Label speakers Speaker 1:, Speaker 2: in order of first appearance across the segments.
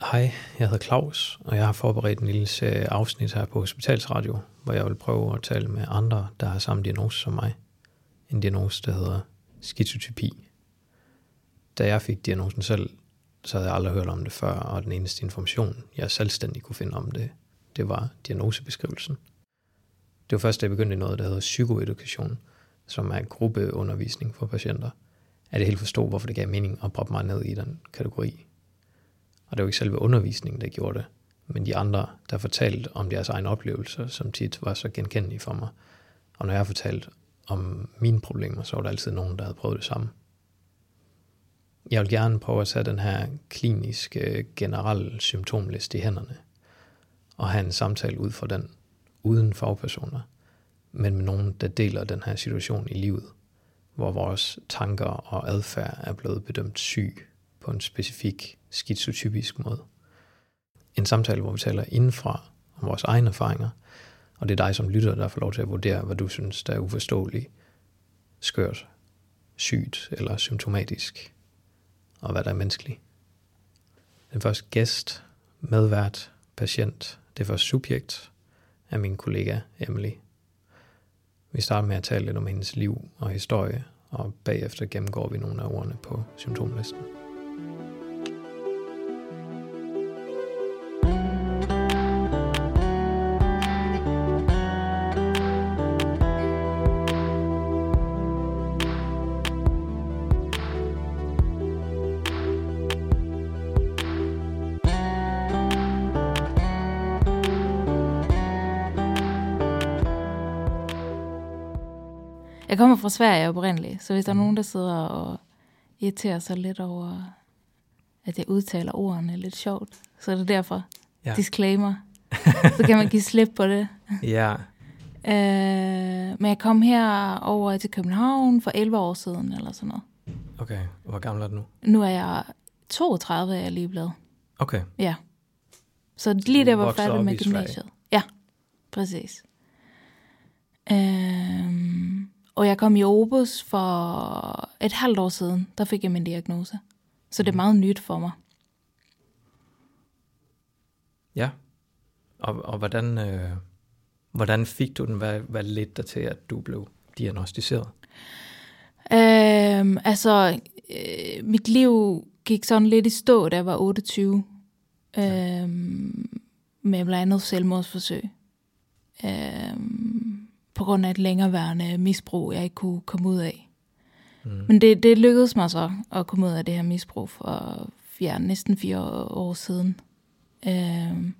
Speaker 1: Hej, jeg hedder Claus, og jeg har forberedt en lille serie afsnit her på Hospitalsradio, hvor jeg vil prøve at tale med andre, der har samme diagnose som mig. En diagnose, der hedder skizotypi. Da jeg fik diagnosen selv, så havde jeg aldrig hørt om det før, og den eneste information, jeg selvstændig kunne finde om det, det var diagnosebeskrivelsen. Det var først, da jeg begyndte i noget, der hedder psykoedukation, som er gruppeundervisning for patienter, at jeg helt forstod, hvorfor det gav mening at proppe mig ned i den kategori, og det var ikke selve undervisningen, der gjorde det, men de andre, der fortalte om deres egne oplevelser, som tit var så genkendelige for mig. Og når jeg fortalte om mine problemer, så var der altid nogen, der havde prøvet det samme. Jeg vil gerne prøve at tage den her kliniske, generelle symptomliste i hænderne, og have en samtale ud fra den, uden fagpersoner, men med nogen, der deler den her situation i livet, hvor vores tanker og adfærd er blevet bedømt syg på en specifik skizotypisk måde. En samtale, hvor vi taler indenfra om vores egne erfaringer, og det er dig som lytter, der får lov til at vurdere, hvad du synes, der er uforståeligt, skørt, sygt eller symptomatisk, og hvad der er menneskeligt. Den første gæst, medvært, patient, det første subjekt, er min kollega Emily. Vi starter med at tale lidt om hendes liv og historie, og bagefter gennemgår vi nogle af ordene på symptomlisten.
Speaker 2: Jeg kommer fra Sverige oprindeligt, så hvis der er nogen, der sidder og irriterer sig lidt over, at jeg udtaler ordene lidt sjovt, så er det derfor.
Speaker 1: Ja.
Speaker 2: Ja. Disclaimer. Så kan man give slip på det.
Speaker 1: Ja,
Speaker 2: Øh, men jeg kom her over til København for 11 år siden, eller sådan noget.
Speaker 1: okay. Hvor gammel er du nu?
Speaker 2: Nu er jeg 32, er jeg lige blevet.
Speaker 1: Okay.
Speaker 2: Ja. Så lige
Speaker 1: Du
Speaker 2: der jeg var
Speaker 1: voksede
Speaker 2: færdig
Speaker 1: op
Speaker 2: med
Speaker 1: i Sverige.
Speaker 2: gymnasiet. Ja, præcis. Øhm, og jeg kom i Obus for et halvt år siden. Der fik jeg min diagnose. Så
Speaker 1: Mhm.
Speaker 2: det er meget nyt for mig.
Speaker 1: Ja. Og, og hvordan, øh, hvordan fik du den? Hvad, hvad ledte dig til, at du blev diagnostiseret?
Speaker 2: Øhm, altså, øh, mit liv gik sådan lidt i stå, da jeg var 28. Øhm, med blandt andet selvmordsforsøg. Øhm, på grund af et længereværende misbrug, jeg ikke kunne komme ud af.
Speaker 1: Mm.
Speaker 2: Men det, det lykkedes mig så at komme ud af det her misbrug for ja, næsten fire år siden. Øhm,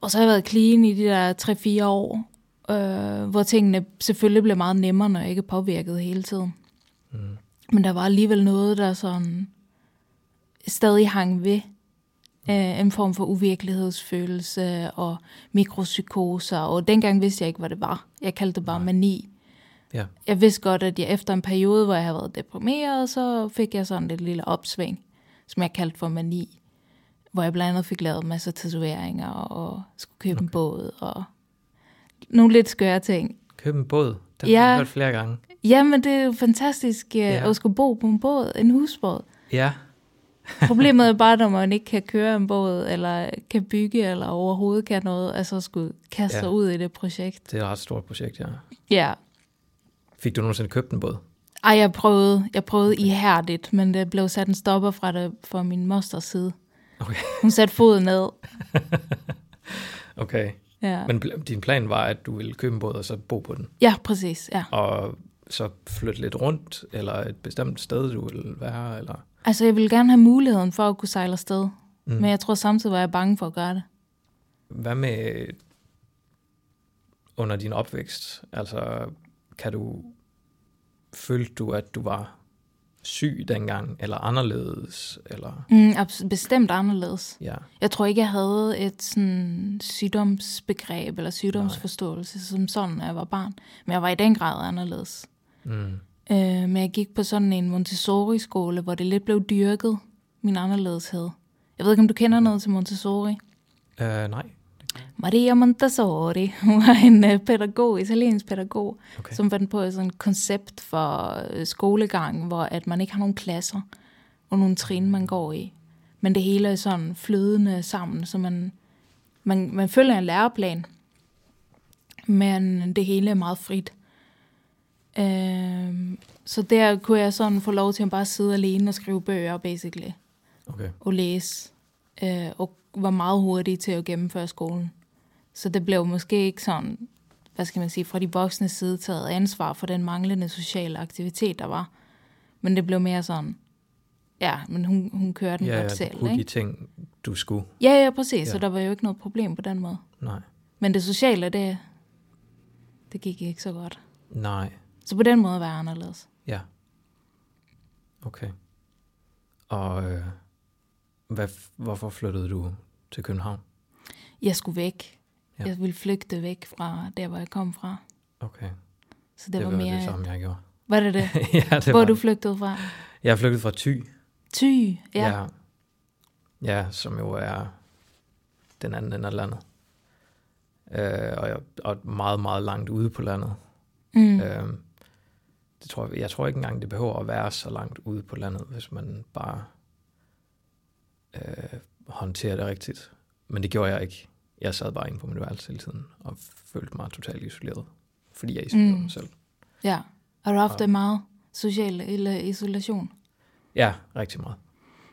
Speaker 2: og så har jeg været clean i de der 3-4 år, øh, hvor tingene selvfølgelig blev meget nemmere, når jeg ikke er påvirket hele tiden.
Speaker 1: Mm.
Speaker 2: Men der var alligevel noget, der sådan stadig hang ved. Øh, en form for uvirkelighedsfølelse og mikropsykoser. Og dengang vidste jeg ikke, hvad det var. Jeg kaldte det bare mani.
Speaker 1: Ja.
Speaker 2: Jeg vidste godt, at jeg efter en periode, hvor jeg havde været deprimeret, så fik jeg sådan et lille opsving, som jeg kaldte for mani. Hvor jeg blandt andet fik lavet masser af tatoveringer og skulle købe okay. en båd og nogle lidt skøre ting.
Speaker 1: Køb en båd. Den
Speaker 2: Ja.
Speaker 1: har jeg hørt flere gange.
Speaker 2: Jamen, det er jo fantastisk øh,
Speaker 1: Ja.
Speaker 2: at skulle bo på en båd, en husbåd.
Speaker 1: Ja.
Speaker 2: Problemet er bare, når man ikke kan køre en båd, eller kan bygge, eller overhovedet kan noget, altså skulle kaste
Speaker 1: Ja.
Speaker 2: sig ud i det projekt.
Speaker 1: Det er et ret stort projekt, ja.
Speaker 2: Ja.
Speaker 1: Fik du nogensinde købt en båd?
Speaker 2: Ej, jeg prøvede, jeg prøvede okay. ihærdigt, men der blev sat en stopper fra det fra min mosters side.
Speaker 1: Okay.
Speaker 2: Hun satte foden ned.
Speaker 1: Okay.
Speaker 2: Ja, men...
Speaker 1: Men pl- din plan var, at du ville købe en båd og så bo på den,
Speaker 2: ja præcis. Ja.
Speaker 1: og så flytte lidt rundt, eller et bestemt sted, du ville være, eller...
Speaker 2: Altså, jeg ville gerne have muligheden for at kunne sejle afsted,
Speaker 1: Mm.
Speaker 2: mm. men jeg tror samtidig var jeg bange for at gøre det.
Speaker 1: Hvad med øh, under din opvækst? Altså, kan du... Følte du, at du var syg dengang, eller anderledes, eller...
Speaker 2: Mm, abs- bestemt anderledes.
Speaker 1: Ja,
Speaker 2: Jeg tror ikke, jeg havde et sådan, sygdomsbegreb eller sygdomsforståelse som sådan, når jeg var barn. Men jeg var i den grad anderledes.
Speaker 1: mm.
Speaker 2: Øh, men jeg gik på sådan en Montessori-skole, hvor det lidt blev dyrket, min anderledeshed. Jeg ved ikke, om du kender noget til Montessori?
Speaker 1: Uh, nej.
Speaker 2: Maria Montessori, hun var en øh, pædagog, italiensk pædagog,
Speaker 1: Okay.
Speaker 2: okay. som fandt på et sådan koncept for øh, skolegang, hvor at man ikke har nogen klasser og nogle trin, man går i. men det hele er sådan flydende sammen, så man, man, man følger en læreplan, men det hele er meget frit. Øh, så der kunne jeg sådan få lov til at bare sidde alene og skrive bøger, basically,
Speaker 1: Okay.
Speaker 2: og læse, øh, og var meget hurtig til at gennemføre skolen. Så det blev måske ikke sådan, hvad skal man sige, fra de voksne side taget ansvar for den manglende sociale aktivitet, der var. Men det blev mere sådan, ja, men hun, hun kører den
Speaker 1: Ja,
Speaker 2: godt
Speaker 1: ja,
Speaker 2: selv,
Speaker 1: du kunne
Speaker 2: ikke?
Speaker 1: de ting, du skulle.
Speaker 2: Ja, ja, præcis. Ja. Så
Speaker 1: Ja.
Speaker 2: der var jo ikke noget problem på den måde.
Speaker 1: Nej.
Speaker 2: Men det sociale, det, det gik ikke så godt.
Speaker 1: Nej.
Speaker 2: Så på den måde var jeg anderledes.
Speaker 1: Ja. Okay. Og øh, hvad, hvorfor flyttede du til København?
Speaker 2: Jeg skulle væk.
Speaker 1: Ja.
Speaker 2: Ja. Jeg ville flygte væk fra der, hvor jeg kom fra.
Speaker 1: Okay.
Speaker 2: Så det,
Speaker 1: det
Speaker 2: var
Speaker 1: var
Speaker 2: mere...
Speaker 1: det samme, jeg gjorde.
Speaker 2: Var det det?
Speaker 1: ja, det
Speaker 2: hvor
Speaker 1: var
Speaker 2: du
Speaker 1: du...
Speaker 2: flygtede fra?
Speaker 1: Jeg flyttede fra Thy.
Speaker 2: Thy, ja. ja.
Speaker 1: ja. Ja, som jo er den anden ende af landet. Øh, og, jeg, og meget, meget langt ude på landet.
Speaker 2: Mm.
Speaker 1: Øh, det tror jeg, jeg tror ikke engang, det behøver at være så langt ude på landet, hvis man bare øh, håndterer det rigtigt. Men det gjorde jeg ikke. Jeg sad bare inde på min værelse hele tiden og følte mig totalt isoleret, fordi jeg isolerede
Speaker 2: Mm.
Speaker 1: mm. mig selv.
Speaker 2: ja. Har du haft
Speaker 1: Ja.
Speaker 2: det meget social eller isolation?
Speaker 1: Ja, rigtig meget.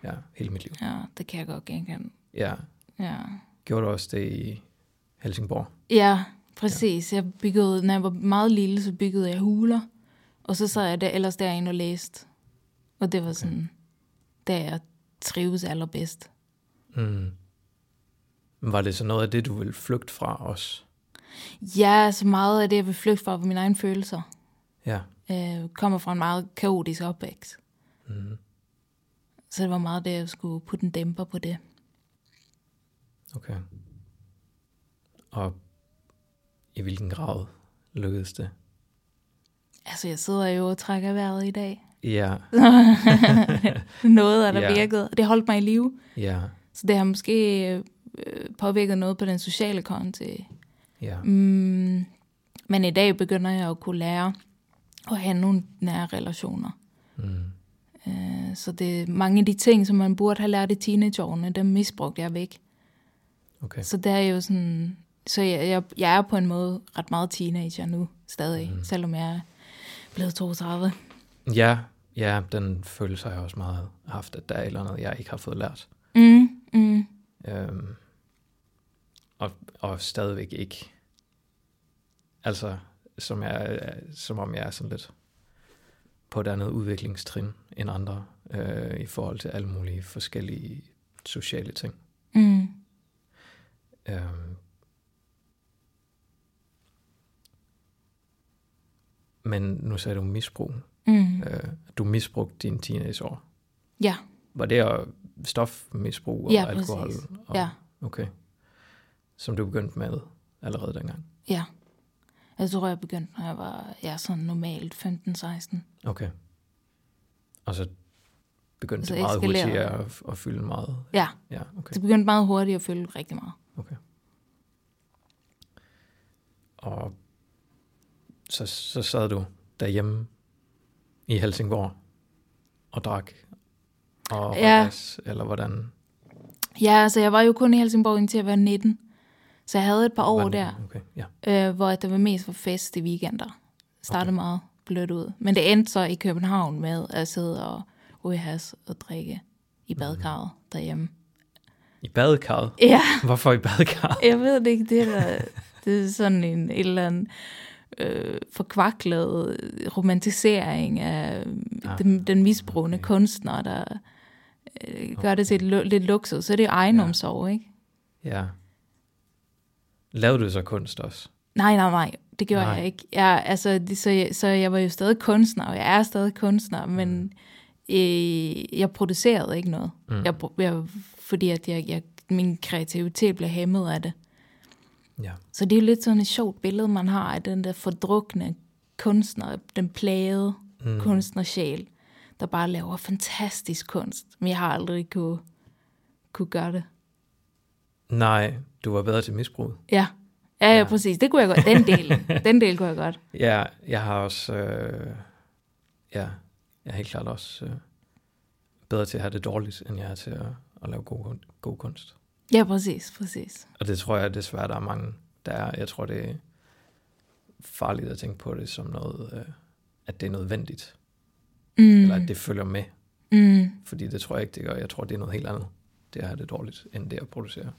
Speaker 1: Ja, hele mit liv.
Speaker 2: Ja, det kan jeg godt genkende.
Speaker 1: Ja,
Speaker 2: Ja,
Speaker 1: gjorde du også det i Helsingborg?
Speaker 2: ja præcis. Ja. Jeg byggede, når jeg var meget lille, så byggede jeg huler. Og så sad jeg der, ellers derinde og læste. Og det var sådan, der jeg trives allerbedst.
Speaker 1: Mm. Var det så noget af det, du ville flygte fra os?
Speaker 2: Ja, så meget af det, jeg vil flygte fra, var mine egne følelser.
Speaker 1: Ja.
Speaker 2: øh, kommer fra en meget kaotisk opvækst.
Speaker 1: Mm.
Speaker 2: Så det var meget det, jeg skulle putte en dæmper på det.
Speaker 1: Okay. Og i hvilken grad lykkedes det?
Speaker 2: Altså, jeg sidder jo og trækker vejret i dag.
Speaker 1: Ja,
Speaker 2: Noget er der
Speaker 1: Ja.
Speaker 2: yeah. virket. Det holdt mig i live.
Speaker 1: ja,
Speaker 2: Så det har måske øh, påvirket noget på den sociale konti.
Speaker 1: ja.
Speaker 2: Mm, men i dag begynder jeg at kunne lære at have nogle nære relationer.
Speaker 1: Mm.
Speaker 2: Øh, så det mange af de ting, som man burde have lært i teenageårene, dem misbrugte jeg væk.
Speaker 1: Okay.
Speaker 2: Så det er jo sådan... Så jeg, jeg, jeg er på en måde ret meget teenager nu stadig, mm. selvom jeg er blevet 32.
Speaker 1: Ja, ja, den følelse har jeg også meget haft, at der er et eller andet, jeg ikke har fået lært.
Speaker 2: Mm, mm.
Speaker 1: Øhm, og, og stadigvæk ikke. Altså, som, jeg, som om jeg er sådan lidt på et andet udviklingstrin end andre øh, i forhold til alle mulige forskellige sociale ting.
Speaker 2: Mm.
Speaker 1: Øhm. Men nu sagde du misbrug.
Speaker 2: Mm.
Speaker 1: Øh, du misbrugte dine teenageår.
Speaker 2: Ja,
Speaker 1: Var det øh, stofmisbrug og
Speaker 2: Ja,
Speaker 1: alkohol?
Speaker 2: præcis.
Speaker 1: Og,
Speaker 2: ja,
Speaker 1: Okay. Som du begyndte med allerede dengang?
Speaker 2: ja. Jeg tror, jeg begyndte, når jeg var ja, sådan normalt 15-16.
Speaker 1: Okay. Og så begyndte
Speaker 2: Så
Speaker 1: det meget
Speaker 2: eskalerede
Speaker 1: hurtigt at, at fylde meget?
Speaker 2: Ja,
Speaker 1: Ja, okay.
Speaker 2: det begyndte meget hurtigt at følge rigtig meget.
Speaker 1: okay. Og så, så sad du derhjemme i Helsingborg og drak? Og
Speaker 2: Ja.
Speaker 1: ja. Gas, eller hvordan?
Speaker 2: Ja, altså jeg var jo kun i Helsingborg indtil jeg var 19. Så jeg havde et par år
Speaker 1: hvordan-
Speaker 2: der,
Speaker 1: Okay, ja.
Speaker 2: øh, hvor det var mest for fest i weekender. Startede okay. meget blødt ud. Men det endte så i København med at sidde og ryge has og drikke i badekarret derhjemme.
Speaker 1: I badekarret?
Speaker 2: Ja,
Speaker 1: Hvorfor i badekarret?
Speaker 2: jeg ved det ikke. Det er, da- det er sådan en et eller anden øh, forkvaklet romantisering af
Speaker 1: Ah,
Speaker 2: den, den misbrugende
Speaker 1: okay.
Speaker 2: okay. kunstner, der øh, gør det til et, lu- lidt luksus. Så er det jo ejendomsorg, ikke?
Speaker 1: Ja. Lavede du så kunst også?
Speaker 2: Nej, nej, nej. Det gjorde
Speaker 1: Nej.
Speaker 2: nej. jeg ikke. Jeg, altså, det, så, jeg, så jeg var jo stadig kunstner, og jeg er stadig kunstner, men øh, jeg producerede ikke noget.
Speaker 1: Mm.
Speaker 2: Mm. Jeg, pro- jeg, fordi at jeg, jeg, min kreativitet blev hæmmet af det.
Speaker 1: Ja.
Speaker 2: Så det er jo lidt sådan et sjovt billede, man har af den der fordrukne kunstner, den plagede mm. kunstnersjæl, der bare laver fantastisk kunst, men jeg har aldrig kunne, kunne gøre det.
Speaker 1: Nej, du var bedre til misbrug.
Speaker 2: Ja. Ja, ja,
Speaker 1: Ja.
Speaker 2: ja, præcis. Det kunne jeg godt. Den del, den del kunne jeg godt.
Speaker 1: Ja, jeg har også... Øh, ja, jeg er helt klart også øh, bedre til at have det dårligt, end jeg er til at, at lave god, god kunst.
Speaker 2: Ja, præcis, præcis.
Speaker 1: Og det tror jeg desværre, der er mange, der er. Jeg tror, det er farligt at tænke på det som noget, øh, at det er nødvendigt.
Speaker 2: Mm.
Speaker 1: Eller at det følger med.
Speaker 2: Mm.
Speaker 1: Fordi det tror jeg ikke, det gør. Jeg tror, det er noget helt andet. Det er at have det dårligt, end det at producere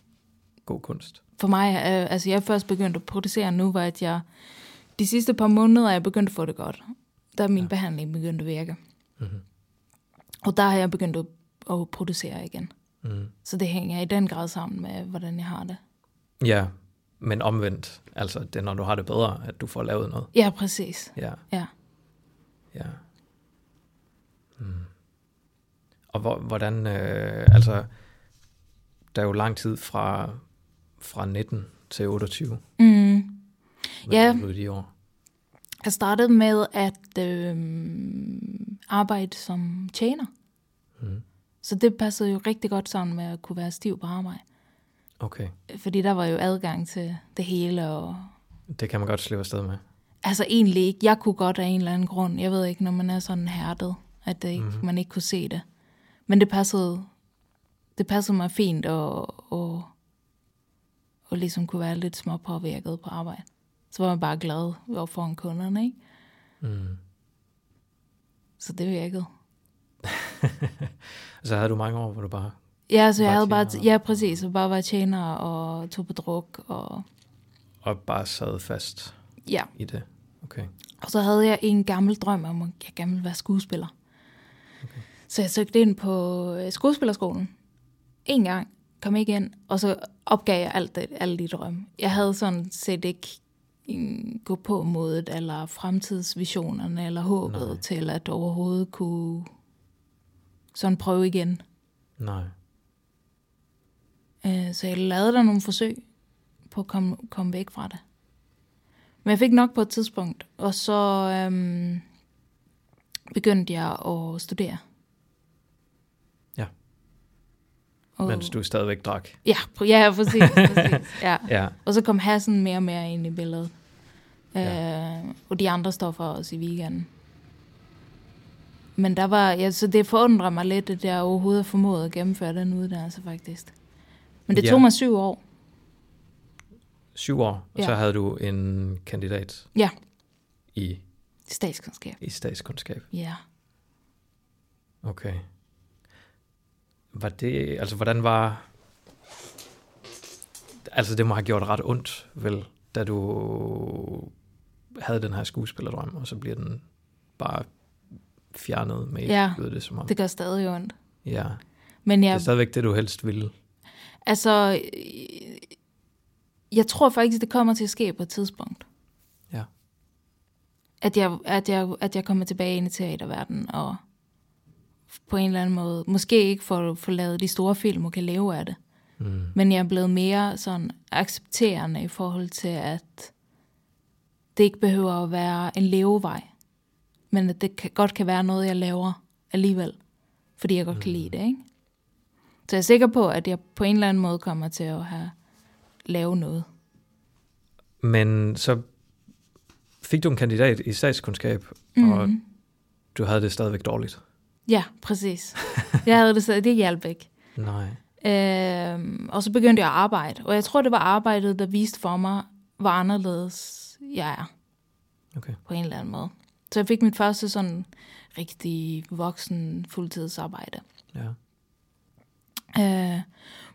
Speaker 1: god kunst.
Speaker 2: For mig, øh, altså jeg er først begyndt at producere nu, hvor at jeg de sidste par måneder er jeg begyndt at få det godt. Der er min ja. Mm-hmm. behandling begyndt at virke.
Speaker 1: Mhm.
Speaker 2: Og der har jeg begyndt at, at producere igen.
Speaker 1: Mm.
Speaker 2: Så det hænger i den grad sammen med, hvordan jeg har det.
Speaker 1: Ja, men omvendt. Altså, det er, når du har det bedre, at du får lavet noget.
Speaker 2: Ja, præcis.
Speaker 1: Ja,
Speaker 2: Ja.
Speaker 1: ja. Mm. Og hvor, hvordan, øh, altså, der er jo lang tid fra, fra 19 til 28.
Speaker 2: Mm.
Speaker 1: Hvad
Speaker 2: Ja.
Speaker 1: lavede du i de år?
Speaker 2: Jeg startede med at øh, arbejde som tjener.
Speaker 1: Mhm.
Speaker 2: Så det passede jo rigtig godt sammen med at kunne være stiv på arbejde.
Speaker 1: Okay,
Speaker 2: Fordi der var jo adgang til det hele. Og...
Speaker 1: det kan man godt slippe afsted med.
Speaker 2: Altså egentlig ikke. Jeg kunne godt af en eller anden grund. Jeg ved ikke, når man er sådan hærdet, at det ikke,
Speaker 1: Mhm.
Speaker 2: mm-hmm. man ikke kunne se det. Men det passede, det passede mig fint at, at, at ligesom kunne være lidt småpåvirket på arbejde. Så var man bare glad over foran kunderne, ikke?
Speaker 1: Mm.
Speaker 2: Så det virkede.
Speaker 1: Så Altså, havde du mange år, hvor du bare...
Speaker 2: Ja, så jeg
Speaker 1: Bare
Speaker 2: havde bare,
Speaker 1: tjener.
Speaker 2: ja præcis, og bare var tjener og tog på druk, og
Speaker 1: og bare sad fast
Speaker 2: ja.
Speaker 1: i det. Okay.
Speaker 2: Og så havde jeg en gammel drøm om, at jeg gerne ville være skuespiller. Okay. Så jeg søgte ind på øh, skuespillerskolen. En gang, kom ikke ind, og så opgav jeg alt det, alle de drømme. Jeg havde sådan set ikke mm, gå på modet, eller fremtidsvisionerne, eller håbet Nej.
Speaker 1: Nej.
Speaker 2: til at overhovedet kunne sådan prøve igen.
Speaker 1: Nej.
Speaker 2: Øh, Så jeg lavede der nogle forsøg på at komme, komme væk fra det. Men jeg fik nok på et tidspunkt, og så øhm, begyndte jeg at studere.
Speaker 1: Ja.
Speaker 2: Og,
Speaker 1: Mens du stadigvæk drak.
Speaker 2: Ja, pr- ja, præcis. præcis ja.
Speaker 1: Ja.
Speaker 2: Og så kom hassen mere og mere ind i billedet.
Speaker 1: Ja.
Speaker 2: Øh, og de andre stoffer også i weekenden. Men der var, ja, så det forundrer mig lidt, at jeg overhovedet formåede at gennemføre den uddannelse faktisk. Men det
Speaker 1: Ja.
Speaker 2: tog mig syv år.
Speaker 1: Syv år, og
Speaker 2: Ja.
Speaker 1: ja. så havde du en kandidat
Speaker 2: Ja,
Speaker 1: i,
Speaker 2: statskundskab.
Speaker 1: i statskundskab.
Speaker 2: Ja.
Speaker 1: Okay. Var det, altså hvordan var, altså det må have gjort ret ondt, vel, da du havde den her skuespillerdrøm, og så bliver den bare fjernet med,
Speaker 2: Ja.
Speaker 1: ja. lyder det som om.
Speaker 2: Det gør stadig ondt.
Speaker 1: ja.
Speaker 2: Men
Speaker 1: Det er
Speaker 2: jeg,
Speaker 1: stadigvæk det, du helst ville.
Speaker 2: altså, øh, jeg tror faktisk, det kommer til at ske på et tidspunkt.
Speaker 1: Ja.
Speaker 2: At jeg, at jeg, at jeg kommer tilbage ind i teaterverdenen, og på en eller anden måde, måske ikke får, får lavet de store film og kan leve af det,
Speaker 1: Mm.
Speaker 2: men jeg er blevet mere sådan accepterende i forhold til, at det ikke behøver at være en levevej, men at det kan, godt kan være noget, jeg laver alligevel, fordi jeg godt kan
Speaker 1: Mm.
Speaker 2: lide det, ikke? Så jeg er sikker på, at jeg på en eller anden måde kommer til at have lave noget.
Speaker 1: Men så fik du en kandidat i statskundskab, mm. og
Speaker 2: Mhm.
Speaker 1: du havde det stadigvæk dårligt.
Speaker 2: Ja, præcis. Jeg havde det, så det hjalp ikke.
Speaker 1: Nej.
Speaker 2: Øhm, og så begyndte jeg at arbejde, og jeg tror, det var arbejdet, der viste for mig, hvor anderledes jeg er.
Speaker 1: Okay.
Speaker 2: på en eller anden måde. Så jeg fik mit første sådan rigtig voksen fuldtidsarbejde.
Speaker 1: Ja.
Speaker 2: Øh,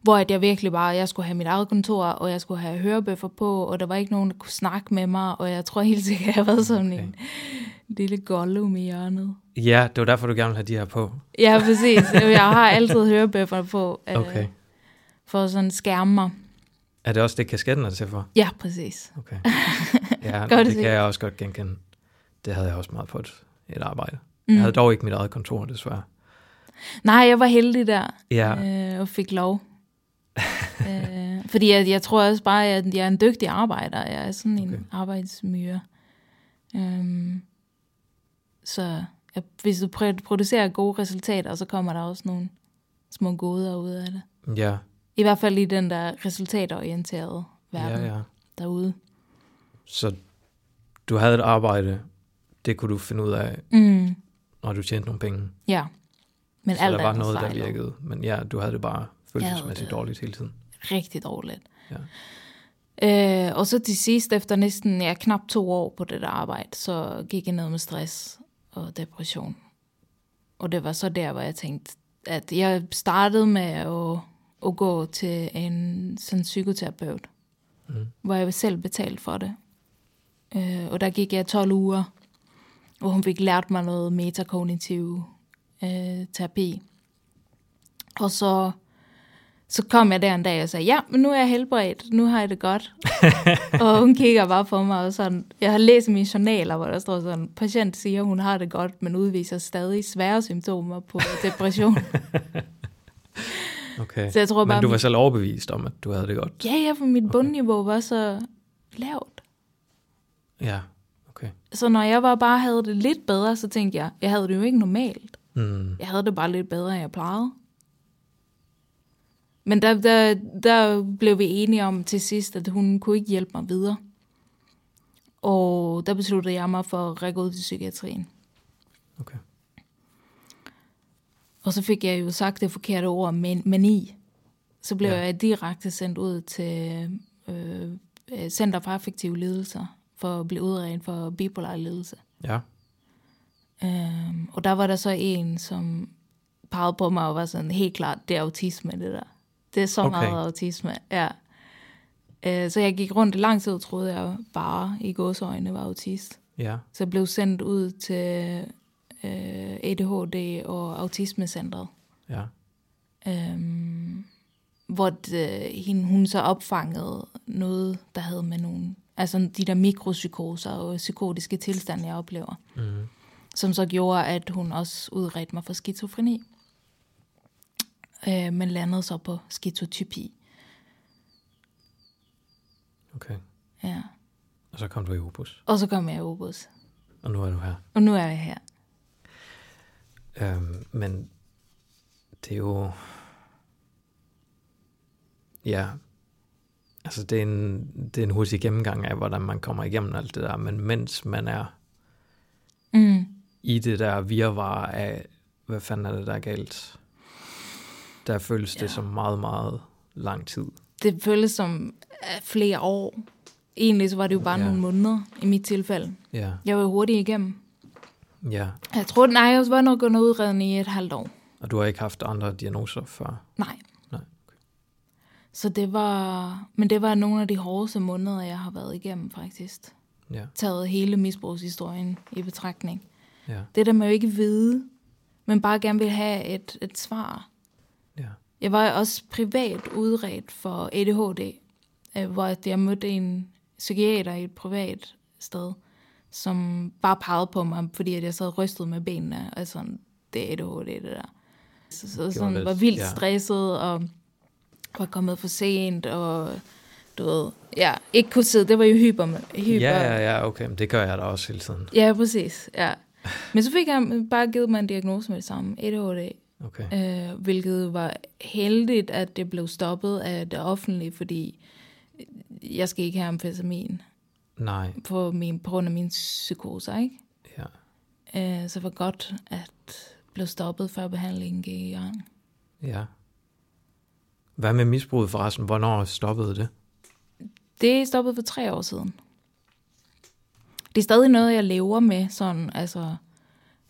Speaker 2: hvor at jeg virkelig bare, jeg skulle have mit eget kontor, og jeg skulle have hørebøffer på, og der var ikke nogen, der kunne snakke med mig, og jeg tror helt sikkert, at jeg var sådan okay. en lille gollum i hjørnet.
Speaker 1: Ja, det var derfor, du gerne ville have de her på.
Speaker 2: Ja, præcis. Jeg har altid hørebøffer på, øh,
Speaker 1: Okay.
Speaker 2: okay. for sådan at skærme mig.
Speaker 1: Er det også det, kasketten er til for?
Speaker 2: Ja, præcis.
Speaker 1: Okay. Ja,
Speaker 2: Godt
Speaker 1: det
Speaker 2: set.
Speaker 1: kan jeg også godt genkende. Det havde jeg også meget på et, et arbejde. Mm.
Speaker 2: Mm.
Speaker 1: Jeg havde dog ikke mit eget kontor, desværre.
Speaker 2: Nej, jeg var heldig der.
Speaker 1: Ja, øh.
Speaker 2: øh, og fik lov. øh, fordi jeg, jeg tror også bare, at jeg er en dygtig arbejder. Jeg er sådan en
Speaker 1: Okay.
Speaker 2: okay. arbejdsmyre. Øhm, så jeg, hvis du pr- producerer gode resultater, så kommer der også nogle små goder ud af det.
Speaker 1: ja,
Speaker 2: I hvert fald i den der resultatorienterede verden
Speaker 1: ja,
Speaker 2: ja, ja.
Speaker 1: ja.
Speaker 2: derude.
Speaker 1: Så du havde et arbejde, det kunne du finde ud af,
Speaker 2: Mm,
Speaker 1: når du tjente nogle penge.
Speaker 2: ja. Men
Speaker 1: så
Speaker 2: alt
Speaker 1: der var
Speaker 2: andet
Speaker 1: noget, der
Speaker 2: fejler.
Speaker 1: virkede. Men ja, du havde det bare følelsesmæssigt dårligt hele tiden.
Speaker 2: Rigtig dårligt.
Speaker 1: Ja.
Speaker 2: Øh, og så til sidst, efter næsten ja, knap to år på det der arbejde, så gik jeg ned med stress og depression. Og det var så der, hvor jeg tænkte, at jeg startede med at, at gå til en sådan psykoterapeut, mm. hvor jeg selv betalte for det. Øh, og der gik jeg 12 uger, hvor hun fik lært mig noget metakognitiv øh, terapi. Og så, så kom jeg der en dag og sagde, ja, men nu er jeg helbredt, nu har jeg det godt. og hun kigger bare på mig og sådan, jeg har læst mine journaler, hvor der står sådan, patient siger, hun har det godt, men udviser stadig svære symptomer på depression.
Speaker 1: Okay.
Speaker 2: Så jeg tror bare,
Speaker 1: Men du var selv overbevist om, at du havde det godt?
Speaker 2: ja, ja, for mit bundniveau var så lavt.
Speaker 1: Ja, okay.
Speaker 2: Så når jeg var bare havde det lidt bedre, så tænkte jeg, jeg havde det jo ikke normalt.
Speaker 1: Mm.
Speaker 2: Jeg havde det bare lidt bedre, end jeg plejede. Men der, der, der blev vi enige om til sidst, at hun kunne ikke hjælpe mig videre. Og der besluttede jeg mig for at række ud til psykiatrien.
Speaker 1: Okay.
Speaker 2: Og så fik jeg jo sagt det forkerte ord, men, mani. Så blev
Speaker 1: Ja.
Speaker 2: ja. jeg direkte sendt ud til øh, øh, Center for Affektive Lidelser for at blive udredt for bipolar lidelse.
Speaker 1: Ja.
Speaker 2: Øhm, og der var der så en, som pegede på mig og var sådan, helt klart, det er autisme, det der. Det er så
Speaker 1: Okay.
Speaker 2: okay. meget autisme, ja. Øh, så jeg gik rundt i lang tid, troede jeg bare i gåsøjne var autist.
Speaker 1: Ja.
Speaker 2: Så jeg blev sendt ud til øh, ADHD og autismecentret,
Speaker 1: Ja.
Speaker 2: øhm, hvor det, øh, hende, hun så opfangede noget, der havde med nogle, altså de der mikropsykoser og psykotiske tilstande, jeg oplever
Speaker 1: Mm.
Speaker 2: som så gjorde, at hun også udredte mig for skizofreni. Øh, men landede så på skizotypi.
Speaker 1: Okay.
Speaker 2: Ja.
Speaker 1: Og så kom du i Opus,
Speaker 2: Og så kom jeg i Obus.
Speaker 1: og nu er du her.
Speaker 2: Og nu er jeg her.
Speaker 1: Øhm, men det er jo... Ja, altså det er, en, det er en hurtig gennemgang af, hvordan man kommer igennem alt det der, men mens man er
Speaker 2: Mm.
Speaker 1: i det der virvar af, hvad fanden er det, der er galt, der føles ja. det som meget, meget lang tid.
Speaker 2: Det føles som øh, flere år. Egentlig så var det jo bare
Speaker 1: Ja.
Speaker 2: ja. nogle måneder i mit tilfælde.
Speaker 1: Ja,
Speaker 2: Jeg var hurtigt igennem.
Speaker 1: ja.
Speaker 2: Jeg tror, nej, jeg var nok under udredning i et halvt år.
Speaker 1: Og du har ikke haft andre diagnoser før?
Speaker 2: Nej.
Speaker 1: Nej. Okay.
Speaker 2: Så det var... Men det var nogle af de hårdeste måneder, jeg har været igennem, faktisk.
Speaker 1: Ja,
Speaker 2: Taget hele misbrugshistorien i betragtning.
Speaker 1: ja,
Speaker 2: Det der med jo ikke vide, men bare gerne vil have et, et svar.
Speaker 1: ja.
Speaker 2: Jeg var også privat udredt for ADHD, øh, hvor at jeg mødte en psykiater i et privat sted, som bare pegede på mig, fordi at jeg sad rystet med benene, og sådan, det er ADHD, det der. Så, så sådan,
Speaker 1: lidt,
Speaker 2: var vildt
Speaker 1: ja.
Speaker 2: stresset, og var kommet for sent, og du ved, ja, ikke kunne sidde, det var jo hyper, hyper
Speaker 1: Ja, ja, ja, okay, men det gør jeg da også hele tiden.
Speaker 2: Ja, præcis. Ja. Men så fik jeg bare givet mig en diagnose med det samme, ADHD,
Speaker 1: Okay,
Speaker 2: øh, hvilket var heldigt, at det blev stoppet af det offentlige, fordi jeg skal ikke have amfetamin
Speaker 1: nej,
Speaker 2: på, min, på grund af min psykose, ikke?
Speaker 1: ja.
Speaker 2: Øh, så var godt, at blev stoppet, før behandlingen gik i gang.
Speaker 1: Ja. Hvad med misbruget forresten? Hvornår stoppede det?
Speaker 2: Det stoppede for tre år siden. Det er stadig noget, jeg lever med, sådan, altså,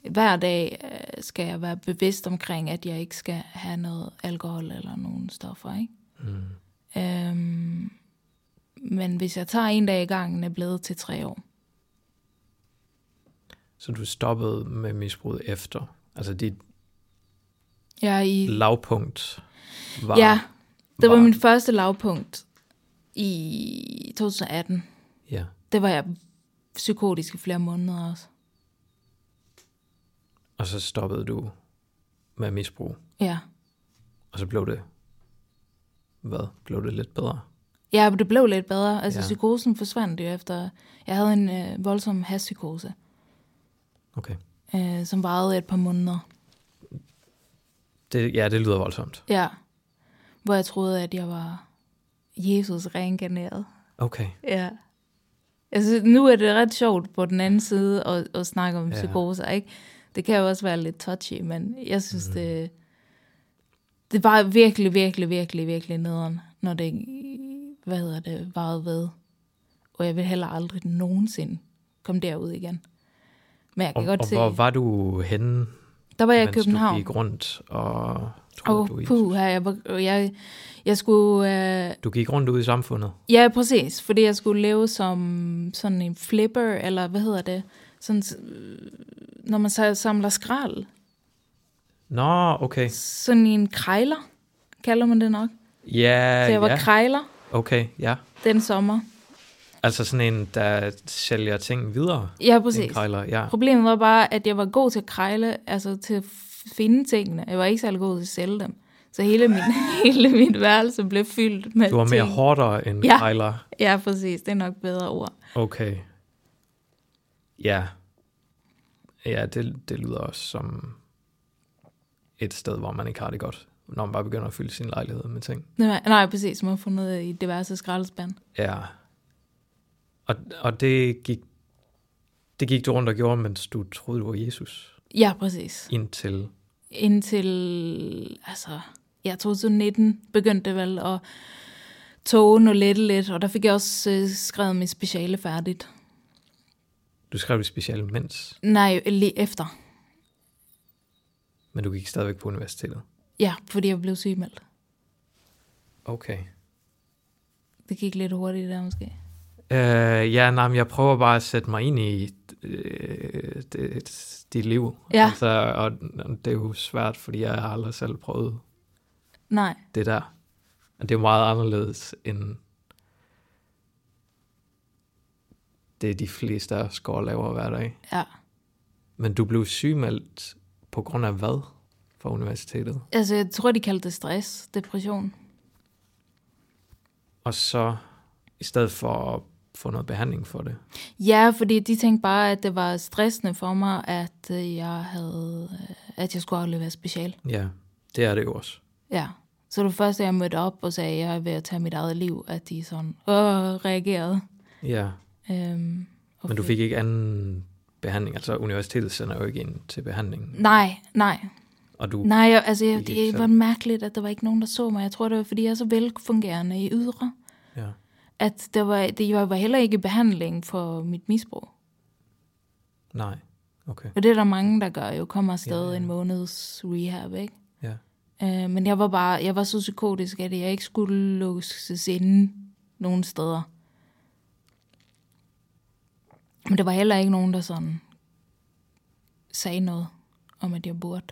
Speaker 2: hver dag øh, skal jeg være bevidst omkring, at jeg ikke skal have noget alkohol eller nogen stoffer, ikke? Mm. Øhm, men hvis jeg tager en dag i gangen, er blevet til tre år.
Speaker 1: Så du stoppede med misbruget efter? Altså dit
Speaker 2: Jeg er i...
Speaker 1: lavpunkt var...
Speaker 2: ja, det
Speaker 1: var-
Speaker 2: var, var min første lavpunkt i 2018.
Speaker 1: ja.
Speaker 2: Det var jeg psykotisk i flere måneder også.
Speaker 1: Og så stoppede du med misbrug.
Speaker 2: Ja.
Speaker 1: Og så blev det... Hvad? Blev det lidt bedre?
Speaker 2: Ja, men det blev lidt bedre. Altså,
Speaker 1: Ja.
Speaker 2: ja. psykosen forsvandt jo efter... Jeg havde en øh, voldsom hashpsykose,
Speaker 1: Okay.
Speaker 2: øh, som varede et par måneder.
Speaker 1: Det, ja, det lyder voldsomt.
Speaker 2: Ja. Hvor jeg troede, at jeg var Jesus reinkarneret.
Speaker 1: Okay.
Speaker 2: Ja. Altså, nu er det ret sjovt på den anden side at, at snakke om
Speaker 1: Ja.
Speaker 2: ja. psykoser, ikke? Det kan jo også være lidt touchy, men jeg synes, mm. det... det var virkelig, virkelig, virkelig, virkelig nederen, når det, hvad hedder det, varede ved. Og jeg vil heller aldrig nogensinde komme derud igen. Men jeg kan
Speaker 1: Og,
Speaker 2: godt
Speaker 1: og
Speaker 2: se,
Speaker 1: hvor var du henne,
Speaker 2: der var jeg i
Speaker 1: mens du
Speaker 2: København.
Speaker 1: gik rundt og troede,
Speaker 2: Og
Speaker 1: du,
Speaker 2: puh, jeg, var- jeg, jeg skulle... Øh,
Speaker 1: du gik rundt ude i samfundet?
Speaker 2: ja, præcis, fordi jeg skulle leve som sådan en flipper, eller hvad hedder det? Sådan, øh, når man så samler skrald.
Speaker 1: Nå, okay.
Speaker 2: Sådan en krejler, kalder man det nok.
Speaker 1: Ja,
Speaker 2: Så jeg var
Speaker 1: ja.
Speaker 2: krejler
Speaker 1: Okay, ja.
Speaker 2: den sommer.
Speaker 1: Altså sådan en, der sælger ting videre.
Speaker 2: Ja,
Speaker 1: En
Speaker 2: præcis.
Speaker 1: krejler, ja.
Speaker 2: Problemet var bare, at jeg var god til at krejle, altså til at f- finde tingene. Jeg var ikke særlig god til at sælge dem. Så hele, min, hele mit værelse blev fyldt med
Speaker 1: Du var mere
Speaker 2: ting.
Speaker 1: hårdere end
Speaker 2: Ja.
Speaker 1: krejler.
Speaker 2: Ja, præcis. Det er nok bedre ord.
Speaker 1: Okay. Ja. Ja, det, det lyder også som et sted, hvor man ikke har det godt. Når man bare begynder at fylde sin lejlighed med ting.
Speaker 2: Nej, nej, præcis. Man har fundet i diverse skraldespand.
Speaker 1: Ja. Og, og det gik det gik du rundt og gjorde, mens du troede, du var Jesus.
Speaker 2: Ja, præcis.
Speaker 1: Indtil...
Speaker 2: Indtil, altså, ja, 2019 begyndte det vel at tåge og lette lidt, og der fik jeg også øh, skrevet mit speciale færdigt.
Speaker 1: Du skrev det specielt mens,
Speaker 2: Nej, lige efter.
Speaker 1: men du gik stadigvæk på universitetet.
Speaker 2: Ja, fordi jeg blev sygemeldt.
Speaker 1: Okay.
Speaker 2: Det gik lidt hurtigt der måske.
Speaker 1: Øh, ja, nej, men jeg prøver bare at sætte mig ind i øh, det- dit liv.
Speaker 2: Ja.
Speaker 1: Altså, og det er jo svært, fordi jeg har aldrig selv prøvet
Speaker 2: Nej,
Speaker 1: det der. Og det er jo meget anderledes end det, de fleste af os går og laver hver dag.
Speaker 2: ja.
Speaker 1: Men du blev sygemeldt på grund af hvad fra universitetet?
Speaker 2: Altså, jeg tror, de kaldte det stress, depression.
Speaker 1: Og så i stedet for at få noget behandling for det.
Speaker 2: Ja, fordi de tænkte bare, at det var stressende for mig, at øh, jeg havde, øh, at jeg skulle aflevere special.
Speaker 1: Ja, det er det jo også.
Speaker 2: Ja. Så det første, jeg mødte op og sagde, at jeg er ved at tage mit eget liv, at de sådan, åh, reagerede.
Speaker 1: Ja,
Speaker 2: Øhm, og
Speaker 1: men du fik ikke anden behandling. Altså universitetet sender jo ikke ind til behandling.
Speaker 2: Nej, nej.
Speaker 1: Og du,
Speaker 2: Nej, jeg, altså,
Speaker 1: Det
Speaker 2: jeg,
Speaker 1: gik
Speaker 2: det var
Speaker 1: selv.
Speaker 2: mærkeligt, at der var ikke nogen, der så mig. Jeg tror, det var, fordi jeg er så velfungerende i ydre,
Speaker 1: ja.
Speaker 2: at der var, det, jeg var heller ikke i behandling for mit misbrug.
Speaker 1: Nej, okay.
Speaker 2: Og det er der mange, der gør jo, kommer afsted
Speaker 1: Ja,
Speaker 2: ja,
Speaker 1: ja.
Speaker 2: en måneds rehab, ikke?
Speaker 1: Ja.
Speaker 2: Øh, men jeg var bare, jeg var så psykotisk, at jeg ikke skulle låses inde nogen steder. Men der var heller ikke nogen, der sådan sagde noget om, at jeg burde.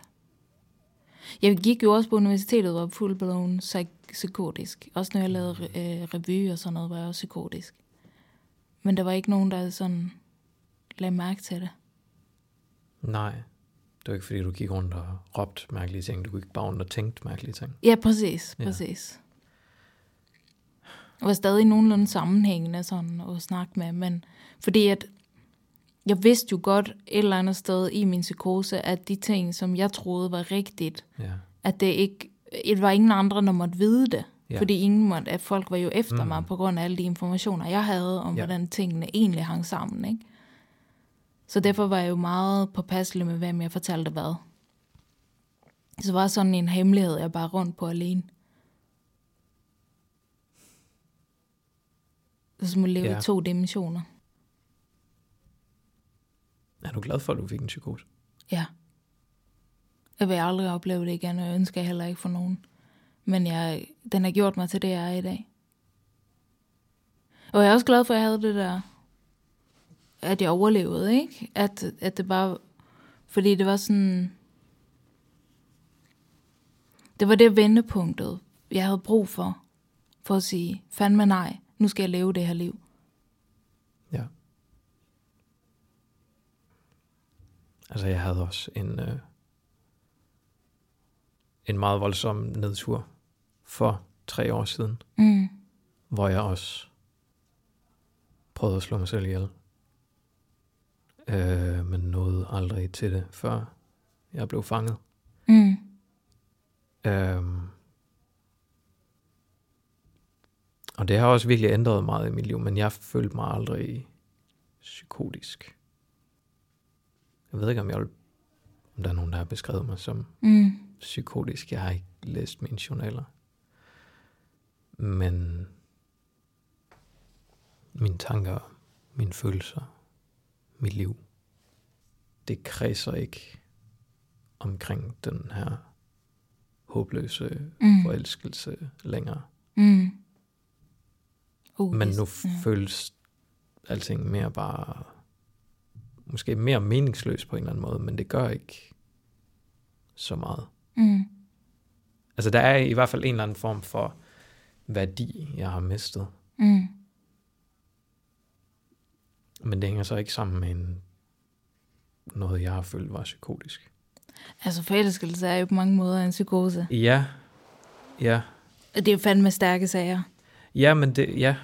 Speaker 2: Jeg gik jo også på universitetet og var full-blown psyk- psykotisk. Også når jeg lavede øh, revy og sådan noget, var jeg også psykotisk. Men der var ikke nogen, der sådan lagde mærke til det.
Speaker 1: Nej, det var ikke fordi, du gik rundt og råbte mærkelige ting. Du gik bare rundt og tænkte mærkelige ting.
Speaker 2: Ja, præcis,
Speaker 1: Ja.
Speaker 2: præcis. Jeg var stadig nogenlunde sammenhængende sådan at snakke med, men fordi at jeg vidste jo godt et eller andet sted i min psykose, at de ting, som jeg troede var rigtigt,
Speaker 1: Ja,
Speaker 2: at det ikke, det var ingen andre, der måtte vide det.
Speaker 1: Ja.
Speaker 2: Ja. Fordi ingen måtte, at folk var jo efter
Speaker 1: Mm.
Speaker 2: mm. mig på grund af alle de informationer, jeg havde om,
Speaker 1: Ja.
Speaker 2: ja. hvordan tingene egentlig hang sammen. Ikke? Så derfor var jeg jo meget påpasselig med, hvem jeg fortalte hvad. Så var sådan en hemmelighed, jeg bare rundt på alene. Så som at leve
Speaker 1: Ja.
Speaker 2: ja. i to dimensioner.
Speaker 1: er du glad for, at du fik en psykose?
Speaker 2: Ja. Jeg vil aldrig opleve det igen, og jeg ønsker heller ikke for nogen. Men jeg, den har gjort mig til det, jeg er i dag. Og jeg er også glad for, at jeg havde det der, at jeg overlevede, ikke? At, at det bare, fordi det var sådan, det var det vendepunktet, jeg havde brug for, for at sige, fandme nej, nu skal jeg leve det her liv.
Speaker 1: Ja. Altså, jeg havde også en, øh, en meget voldsom nedtur for tre år siden,
Speaker 2: Mm.
Speaker 1: hvor jeg også prøvede at slå mig selv ihjel. Øh, men nåede aldrig til det, før jeg blev fanget.
Speaker 2: Mm.
Speaker 1: Øhm. Og det har også virkelig ændret meget i mit liv, men jeg følte mig aldrig psykotisk. Jeg ved ikke, om, jeg vil, om der er nogen, der har beskrevet mig som
Speaker 2: Mm.
Speaker 1: psykotisk. Jeg har ikke læst mine journaler. Men mine tanker, mine følelser, mit liv, det kredser ikke omkring den her håbløse
Speaker 2: Mm.
Speaker 1: forelskelse længere.
Speaker 2: Mm. Uh,
Speaker 1: Men
Speaker 2: det-
Speaker 1: nu føles alting mere bare, måske mere meningsløst på en eller anden måde, men det gør ikke så meget.
Speaker 2: Mm.
Speaker 1: Altså der er i hvert fald en eller anden form for værdi, jeg har mistet.
Speaker 2: Mm.
Speaker 1: Men det hænger så ikke sammen med en, noget, jeg har følt var psykotisk.
Speaker 2: Altså forelskelse er jo på mange måder en psykose.
Speaker 1: Ja, ja,
Speaker 2: Og Det er jo fandme stærke sager.
Speaker 1: ja, men det, ja,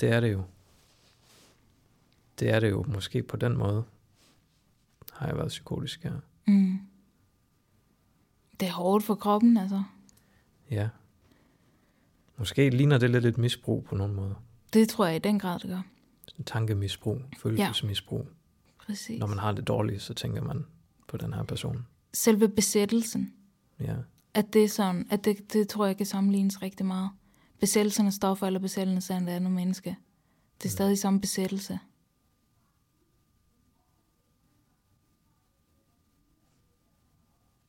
Speaker 1: det er det jo. Det er det jo. Måske på den måde har jeg været psykotisk her.
Speaker 2: Mm. Det er hårdt for kroppen, altså.
Speaker 1: Ja. Måske ligner det lidt et misbrug på nogle måder.
Speaker 2: Det tror jeg i den grad, det gør.
Speaker 1: Tankemisbrug, følelsesmisbrug.
Speaker 2: Præcis.
Speaker 1: Når man har det dårligt, så tænker man på den her person.
Speaker 2: Selve besættelsen,
Speaker 1: Ja.
Speaker 2: at det, er sådan, at det, det tror jeg kan sammenlignes rigtig meget. Besættelsen af stoffer eller besættelsen af et andet menneske. Det er stadig samme besættelse.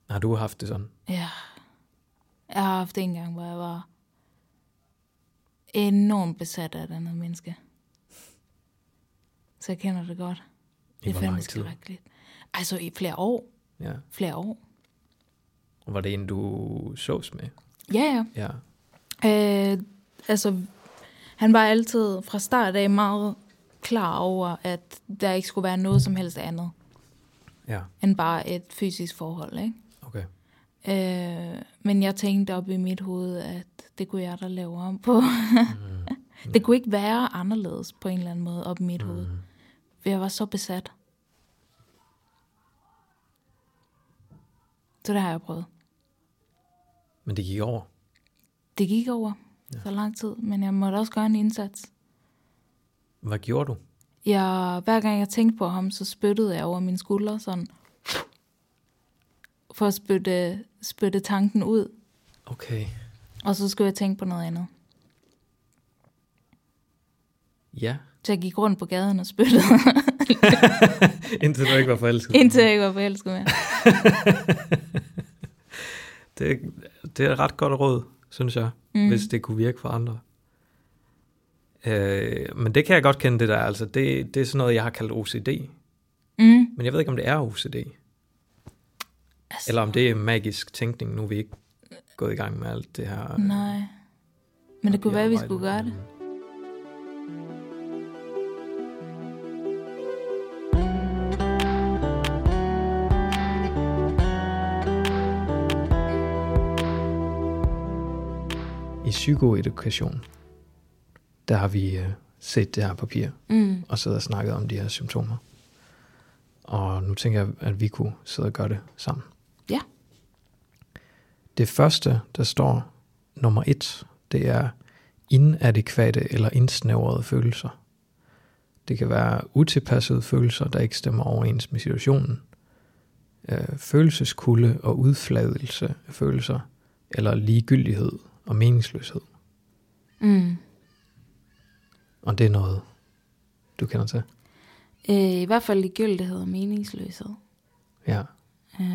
Speaker 1: Har du haft det sådan?
Speaker 2: Ja. Jeg har haft en gang, hvor jeg var enormt besat af et andet menneske. Så jeg kender det godt.
Speaker 1: I
Speaker 2: det er
Speaker 1: hvor lang
Speaker 2: fandme
Speaker 1: tid?
Speaker 2: skrækkeligt. Altså i flere år.
Speaker 1: Ja.
Speaker 2: Flere år.
Speaker 1: Og var det en, du sås med?
Speaker 2: Ja, ja.
Speaker 1: Ja.
Speaker 2: Øh, altså, han var altid fra start af meget klar over, at der ikke skulle være noget som helst andet
Speaker 1: Ja,
Speaker 2: end bare et fysisk forhold, ikke?
Speaker 1: okay.
Speaker 2: Øh, men jeg tænkte op i mit hoved, at det kunne jeg da lave om på. det kunne ikke være anderledes på en eller anden måde op i mit hoved. For jeg var så besat. Så det har jeg prøvet.
Speaker 1: Men det gik over.
Speaker 2: Det gik over ja. så lang tid, men jeg måtte også gøre en indsats.
Speaker 1: Hvad gjorde du?
Speaker 2: Jeg, hver gang jeg tænkte på ham, så spyttede jeg over mine skuldre sådan, for at spytte, spytte tanken ud,
Speaker 1: Okay.
Speaker 2: og så skulle jeg tænke på noget andet.
Speaker 1: Ja.
Speaker 2: Så jeg gik rundt på gaden og spyttede,
Speaker 1: Indtil du ikke var forelsket.
Speaker 2: indtil jeg ikke var forelsket mere.
Speaker 1: Det, det er et ret godt råd, synes jeg, mm. hvis det kunne virke for andre. Øh, men det kan jeg godt kende, det der. Altså, det, det er sådan noget, jeg har kaldt OCD.
Speaker 2: Mm.
Speaker 1: Men jeg ved ikke, om det er OCD.
Speaker 2: Altså,
Speaker 1: Eller om det er magisk tænkning. Nu er vi ikke gået i gang med alt det her. øh,
Speaker 2: Nej. Men det kunne være, at vi
Speaker 1: papirarbejde.
Speaker 2: skulle gøre det.
Speaker 1: I psykoedukation, der har vi øh, set det her papir
Speaker 2: Mm.
Speaker 1: og siddet og snakket om de her symptomer. Og nu tænker jeg, at vi kunne sidde og gøre det sammen.
Speaker 2: Ja.
Speaker 1: Det første, der står nummer et, det er inadekvate eller indsnævrede følelser. Det kan være utilpassede følelser, der ikke stemmer overens med situationen. Øh, følelseskulde og udfladelse af følelser, eller ligegyldighed og meningsløshed.
Speaker 2: Mm.
Speaker 1: Og det er noget, du kender til.
Speaker 2: Øh, I hvert fald ligegyldighed og meningsløshed.
Speaker 1: Ja.
Speaker 2: Øh,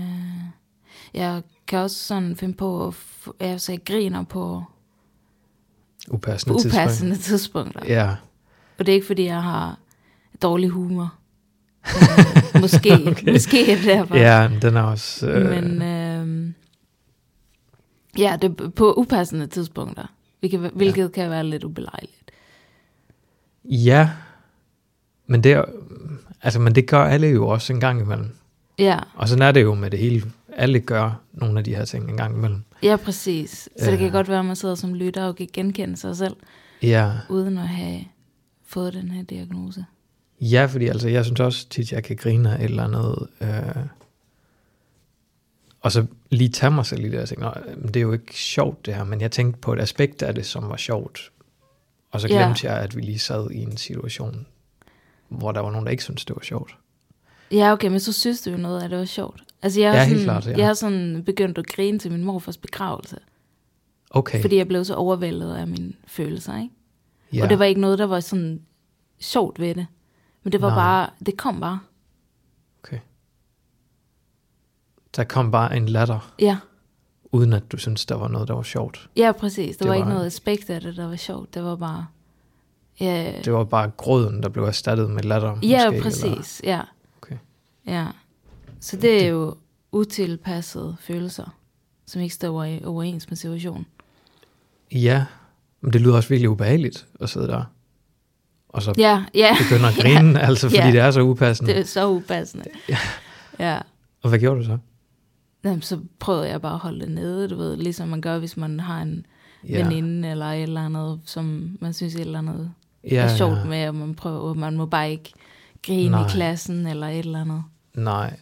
Speaker 2: jeg kan også sådan finde på, at f- altså, jeg griner på
Speaker 1: Upassende, tidspunkt.
Speaker 2: upassende tidspunkter.
Speaker 1: Ja.
Speaker 2: Og det er ikke, fordi jeg har dårlig humor. Øh, måske, okay. måske er det derfor.
Speaker 1: Ja, den er også... Øh,
Speaker 2: Men øh, ja, det er på upassende tidspunkter, hvilket, hvilket ja. kan være lidt ubelejligt.
Speaker 1: Ja, men det, er- altså, men det gør alle jo også en gang imellem.
Speaker 2: Ja,
Speaker 1: Og sådan er det jo med det hele. Alle gør nogle af de her ting en gang imellem.
Speaker 2: ja præcis. Så det
Speaker 1: Ja.
Speaker 2: kan godt være, at man sidder som lytter og kan genkende sig selv,
Speaker 1: Ja,
Speaker 2: uden at have fået den her diagnose.
Speaker 1: ja fordi altså, jeg synes også tit, jeg kan grine af et eller andet. Øh, og så lige tage mig selv i det, og tænke, "Nå, men det er jo ikke sjovt det her, men jeg tænkte på et aspekt af det, som var sjovt. Og så
Speaker 2: Ja.
Speaker 1: glemte jeg, at vi lige sad i en situation, hvor der var nogen, der ikke syntes, det var sjovt.
Speaker 2: Ja, okay, men så synes du jo noget af det var sjovt. Altså, jeg
Speaker 1: Ja,
Speaker 2: har
Speaker 1: helt
Speaker 2: sådan,
Speaker 1: klart, ja.
Speaker 2: jeg har sådan begyndt at grine til min morfars begravelse,
Speaker 1: Okay.
Speaker 2: fordi jeg blev så overvældet af mine følelser, ikke?
Speaker 1: ja.
Speaker 2: Og det var ikke noget, der var sådan sjovt ved det. Men det var
Speaker 1: Nej.
Speaker 2: Nej. bare, det kom bare.
Speaker 1: okay. Der kom bare en latter,
Speaker 2: Ja,
Speaker 1: uden at du synes der var noget, der var sjovt.
Speaker 2: ja præcis. Der
Speaker 1: Det
Speaker 2: det var, ikke
Speaker 1: var-
Speaker 2: noget aspekt af det, der var sjovt. Det var bare... Ja,
Speaker 1: Det var bare gråden, der blev erstattet med latter.
Speaker 2: ja
Speaker 1: måske, Eller?
Speaker 2: præcis. Ja.
Speaker 1: Okay.
Speaker 2: ja. Så det er jo utilpassede følelser, som ikke står i overens med situationen.
Speaker 1: Ja, men det lyder også virkelig ubehageligt at sidde der. Og så
Speaker 2: Ja, ja.
Speaker 1: begynder at grine, altså fordi
Speaker 2: Ja.
Speaker 1: det er så upassende.
Speaker 2: Det er så upassende. Ja.
Speaker 1: Og hvad gjorde du så?
Speaker 2: Jamen, så prøvede jeg bare at holde det nede, du ved, ligesom man gør, hvis man har en
Speaker 1: Ja.
Speaker 2: ja. veninde eller et eller andet, som man synes et eller andet
Speaker 1: Ja,
Speaker 2: ja, er sjovt
Speaker 1: ja.
Speaker 2: ja. med, og man prøver, man må bare ikke grine
Speaker 1: Nej.
Speaker 2: Nej. i klassen eller et eller andet.
Speaker 1: Nej.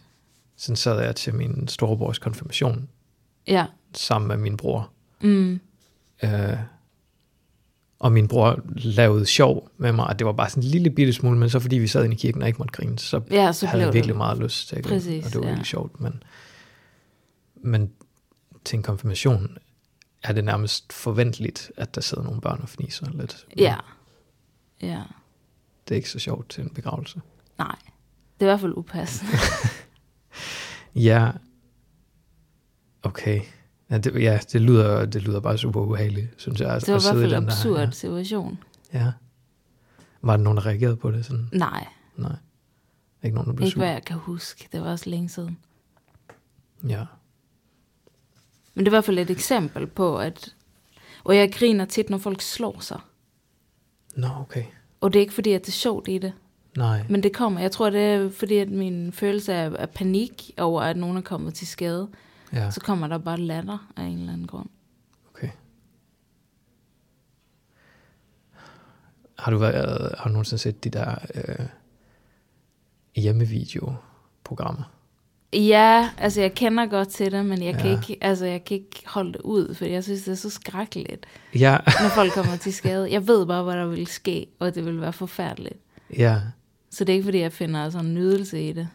Speaker 1: Sådan sad jeg til min storebrors konfirmation
Speaker 2: Ja,
Speaker 1: sammen med min bror.
Speaker 2: mm,
Speaker 1: Øh, og min bror lavede sjov med mig, og det var bare sådan en lille bitte smule, men så fordi vi sad inde i kirken og ikke måtte grine, så,
Speaker 2: ja så
Speaker 1: havde
Speaker 2: blev
Speaker 1: jeg
Speaker 2: det.
Speaker 1: virkelig meget lyst til at grine,
Speaker 2: Præcis,
Speaker 1: og det var
Speaker 2: ja.
Speaker 1: virkelig sjovt. Men, men til en konfirmation er det nærmest forventeligt, at der sidder nogle børn og fniser lidt. Men
Speaker 2: Ja. Ja.
Speaker 1: Det er ikke så sjovt til en begravelse.
Speaker 2: Nej. Det er i hvert fald upassende.
Speaker 1: Ja. Okay. Ja, det, ja, det, lyder, det lyder bare super ubehageligt, synes jeg. at-
Speaker 2: Det var
Speaker 1: Altså, at
Speaker 2: i
Speaker 1: sidde
Speaker 2: hvert fald
Speaker 1: den der-
Speaker 2: absurd der, situation.
Speaker 1: Ja. ja. Var der nogen, der reagerede på det sådan?
Speaker 2: Nej,
Speaker 1: Nej. Ikke nogen, der blev
Speaker 2: ikke
Speaker 1: sur?
Speaker 2: hvad jeg kan huske. Det var også længe siden.
Speaker 1: Ja.
Speaker 2: Men det er i hvert fald et eksempel på, at... Og jeg griner tit, når folk slår sig.
Speaker 1: Nå, okay.
Speaker 2: Og det er ikke fordi, at det er sjovt i det.
Speaker 1: Nej.
Speaker 2: Men det kommer. Jeg tror, det er fordi, at min følelse af, af panik over, at nogen er kommet til skade,
Speaker 1: Ja,
Speaker 2: ja. så kommer der bare latter af en eller anden grund.
Speaker 1: okay. Har du, været, har du nogensinde set de der øh, hjemmevideoprogrammer?
Speaker 2: Ja, altså jeg kender godt til det, men jeg, ja. kan
Speaker 1: Ja.
Speaker 2: ikke, altså, jeg kan ikke holde det ud, for jeg synes, det er så skrækkeligt,
Speaker 1: Ja,
Speaker 2: når folk kommer til skade. Jeg ved bare, hvad der vil ske, og det vil være forfærdeligt.
Speaker 1: ja.
Speaker 2: Så det er ikke, fordi jeg finder sådan en nydelse i det.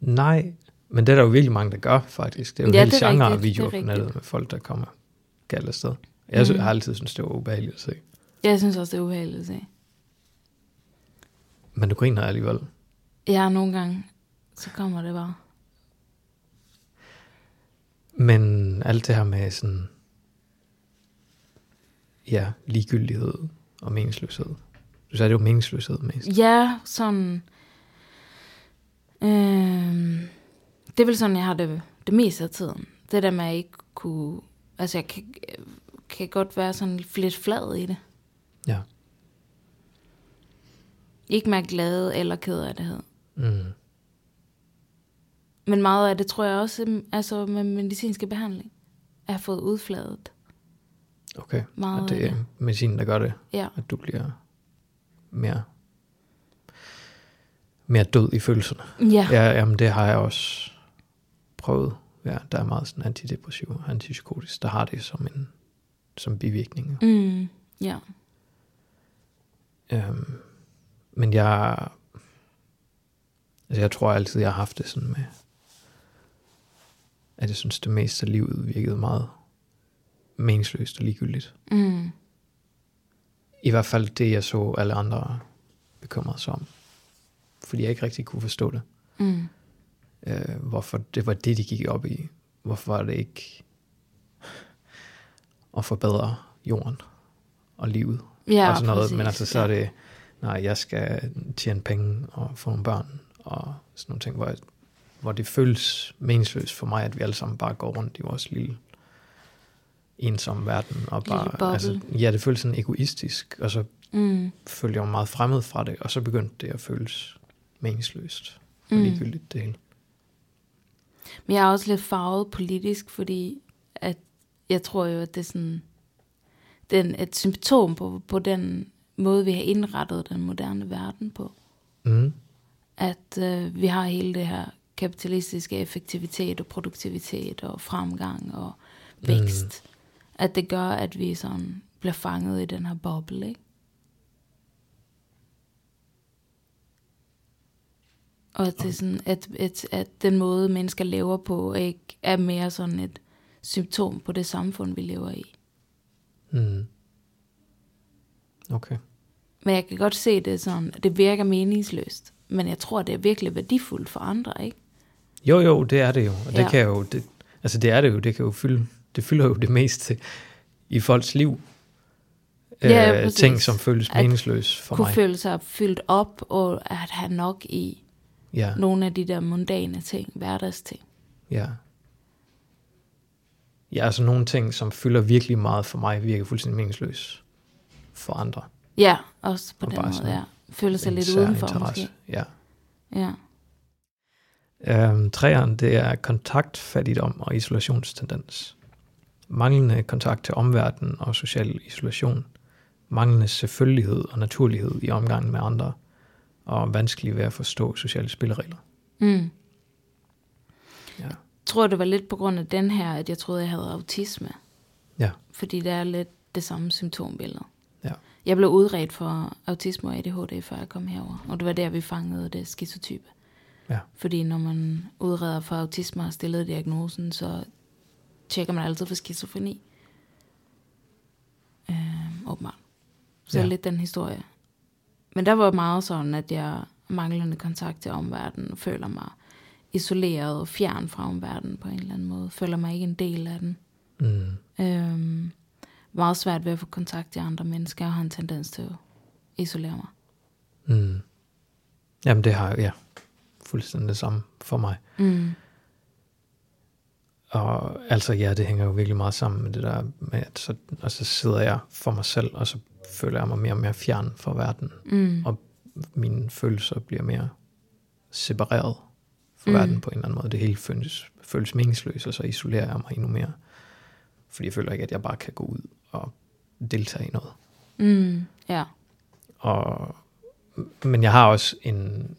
Speaker 1: Nej, men det er der jo virkelig mange, der gør, faktisk. Det er jo
Speaker 2: Ja,
Speaker 1: ja, hele
Speaker 2: det er
Speaker 1: genre
Speaker 2: rigtigt,
Speaker 1: af videoer
Speaker 2: det
Speaker 1: på
Speaker 2: er
Speaker 1: nettet
Speaker 2: rigtigt. Mhm.
Speaker 1: med folk, der kommer galt afsted. Jeg mm. har altid syntes, det var ubehageligt at se.
Speaker 2: Jeg synes også, det er ubehageligt at se.
Speaker 1: Men du griner alligevel.
Speaker 2: Ja, nogle gange, så kommer det bare.
Speaker 1: Men alt det her med sådan, ja, ligegyldighed og meningsløshed. Du sagde, det var meningsløshed mest.
Speaker 2: Ja, sådan... Øh, det er vel sådan, jeg har det, det meste af tiden. Det der med, at jeg ikke kunne... Altså, jeg kan, kan godt være sådan lidt flad i det.
Speaker 1: Ja.
Speaker 2: Ikke mere glad eller ked af det.
Speaker 1: Mm.
Speaker 2: Men meget af det tror jeg også, altså med medicinske behandling, at jeg har fået udfladet.
Speaker 1: Okay.
Speaker 2: Meget
Speaker 1: og det
Speaker 2: af
Speaker 1: er medicinen, der gør det,
Speaker 2: øh, Ja,
Speaker 1: at du bliver mere, mere død i følelserne.
Speaker 2: ja, ja.
Speaker 1: Ja, jamen det har jeg også prøvet. Ja, der er meget sådan antidepressiv og antipsykotisk, der har det som en som bivirkning.
Speaker 2: Mm, ja.
Speaker 1: Øhm, men jeg... Altså jeg tror altid, jeg har haft det sådan med... At jeg synes, det meste af livet virkede meget meningsløst og ligegyldigt.
Speaker 2: Mm,
Speaker 1: I hvert fald det, jeg så alle andre bekymrede sig om. Fordi jeg ikke rigtig kunne forstå det.
Speaker 2: mm,
Speaker 1: Øh, hvorfor det var det, de gik op i. Hvorfor var det ikke at forbedre jorden og livet.
Speaker 2: ja,
Speaker 1: og sådan noget.
Speaker 2: præcis.
Speaker 1: Men altså, så er det, nej, jeg skal tjene penge og få nogle børn og sådan nogle ting, hvor, jeg, hvor det føles meningsløst for mig, at vi alle sammen bare går rundt i vores lille ensomme verden. Og
Speaker 2: Lille
Speaker 1: bare, altså, ja, det føles sådan egoistisk, og så
Speaker 2: Mm,
Speaker 1: følte jeg mig meget fremmed fra det, og så begyndte det at føles meningsløst og
Speaker 2: Mm.
Speaker 1: ligegyldigt det hele.
Speaker 2: Men jeg er også lidt farvet politisk, fordi at jeg tror jo, at det er sådan, den, et symptom på, på den måde, vi har indrettet den moderne verden på.
Speaker 1: Mm.
Speaker 2: At øh, vi har hele det her kapitalistiske effektivitet og produktivitet og fremgang og vækst. Mm. At det gør, at vi sådan bliver fanget i den her boble, ikke? Og at, det er sådan, at, at, at den måde, mennesker lever på, er ikke er mere sådan et symptom på det samfund, vi lever i.
Speaker 1: Mm. Okay.
Speaker 2: Men jeg kan godt se det sådan, at det virker meningsløst. Men jeg tror, det er virkelig værdifuldt for andre, ikke?
Speaker 1: Jo, jo, det er det jo. Og det
Speaker 2: Ja.
Speaker 1: ja. kan jo, det, altså det er det jo, det kan jo fylde, det fylder jo det meste i folks liv.
Speaker 2: Ja,
Speaker 1: Øh,
Speaker 2: præcis.
Speaker 1: ting, som føles
Speaker 2: At
Speaker 1: meningsløs for
Speaker 2: Kunne
Speaker 1: mig.
Speaker 2: føle sig fyldt op og at have nok i
Speaker 1: ja,
Speaker 2: nogle af de der mundane ting, hverdagsting.
Speaker 1: ja. Ja, altså nogle ting, som fylder virkelig meget for mig, virker fuldstændig meningsløs for andre.
Speaker 2: Ja, også på
Speaker 1: Og
Speaker 2: den
Speaker 1: bare
Speaker 2: måde,
Speaker 1: sådan
Speaker 2: ja. Føle sig
Speaker 1: En
Speaker 2: lidt udenfor
Speaker 1: særinteresse.
Speaker 2: måske.
Speaker 1: Ja.
Speaker 2: Ja.
Speaker 1: Øhm, træeren, det er kontaktfattigdom og isolationstendens. Manglende kontakt til omverdenen og social isolation. Manglende selvfølgelighed og naturlighed i omgangen med andre. Og vanskelig ved at forstå sociale spilleregler.
Speaker 2: Mm.
Speaker 1: Ja.
Speaker 2: Jeg tror, det var lidt på grund af den her, at jeg troede, jeg havde autisme.
Speaker 1: Ja.
Speaker 2: Fordi det er lidt det samme symptombillede.
Speaker 1: Ja.
Speaker 2: Jeg blev udredt for autisme og ADHD, før jeg kom herover. Og det var der, vi fangede det skizotype.
Speaker 1: Ja.
Speaker 2: Fordi når man udreder for autisme og har stillet diagnosen, så tjekker man altid for skizofreni. Øh, åbenbart. Så ja.
Speaker 1: Ja.
Speaker 2: lidt den historie. Men der var meget sådan, at jeg manglende kontakt til omverdenen, føler mig isoleret og fjern fra omverdenen på en eller anden måde. Føler mig ikke en del af den.
Speaker 1: Mm.
Speaker 2: Øhm, meget svært ved at få kontakt til andre mennesker, og har en tendens til at isolere mig.
Speaker 1: Mm. Jamen det har jeg, ja, fuldstændig det samme for mig.
Speaker 2: Mm.
Speaker 1: Og altså ja, det hænger jo virkelig meget sammen med det der med, at så, og så sidder jeg for mig selv, og så føler jeg mig mere og mere fjern fra verden.
Speaker 2: Mm.
Speaker 1: Og mine følelser bliver mere separeret fra
Speaker 2: Mm.
Speaker 1: mm. verden på en eller anden måde. Det hele føles, føles meningsløst, og så isolerer jeg mig endnu mere. Fordi jeg føler ikke, at jeg bare kan gå ud og deltage i noget.
Speaker 2: Mm. Ja.
Speaker 1: Og, men jeg har også en,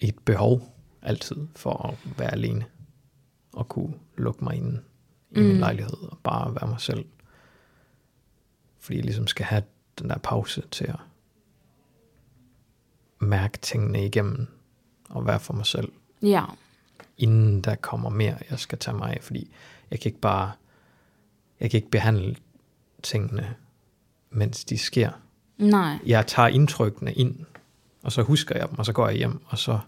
Speaker 1: et behov altid for at være alene og kunne lukke mig inde i mm.
Speaker 2: Mm.
Speaker 1: min lejlighed og bare være mig selv. Fordi jeg ligesom skal have den der pause til at mærke tingene igennem og være for mig selv,
Speaker 2: Ja.
Speaker 1: inden der kommer mere, jeg skal tage mig af, fordi jeg kan ikke bare, jeg kan ikke behandle tingene, mens de sker
Speaker 2: Nej.
Speaker 1: jeg tager indtrykkene ind, og så husker jeg dem, og så går jeg hjem, og så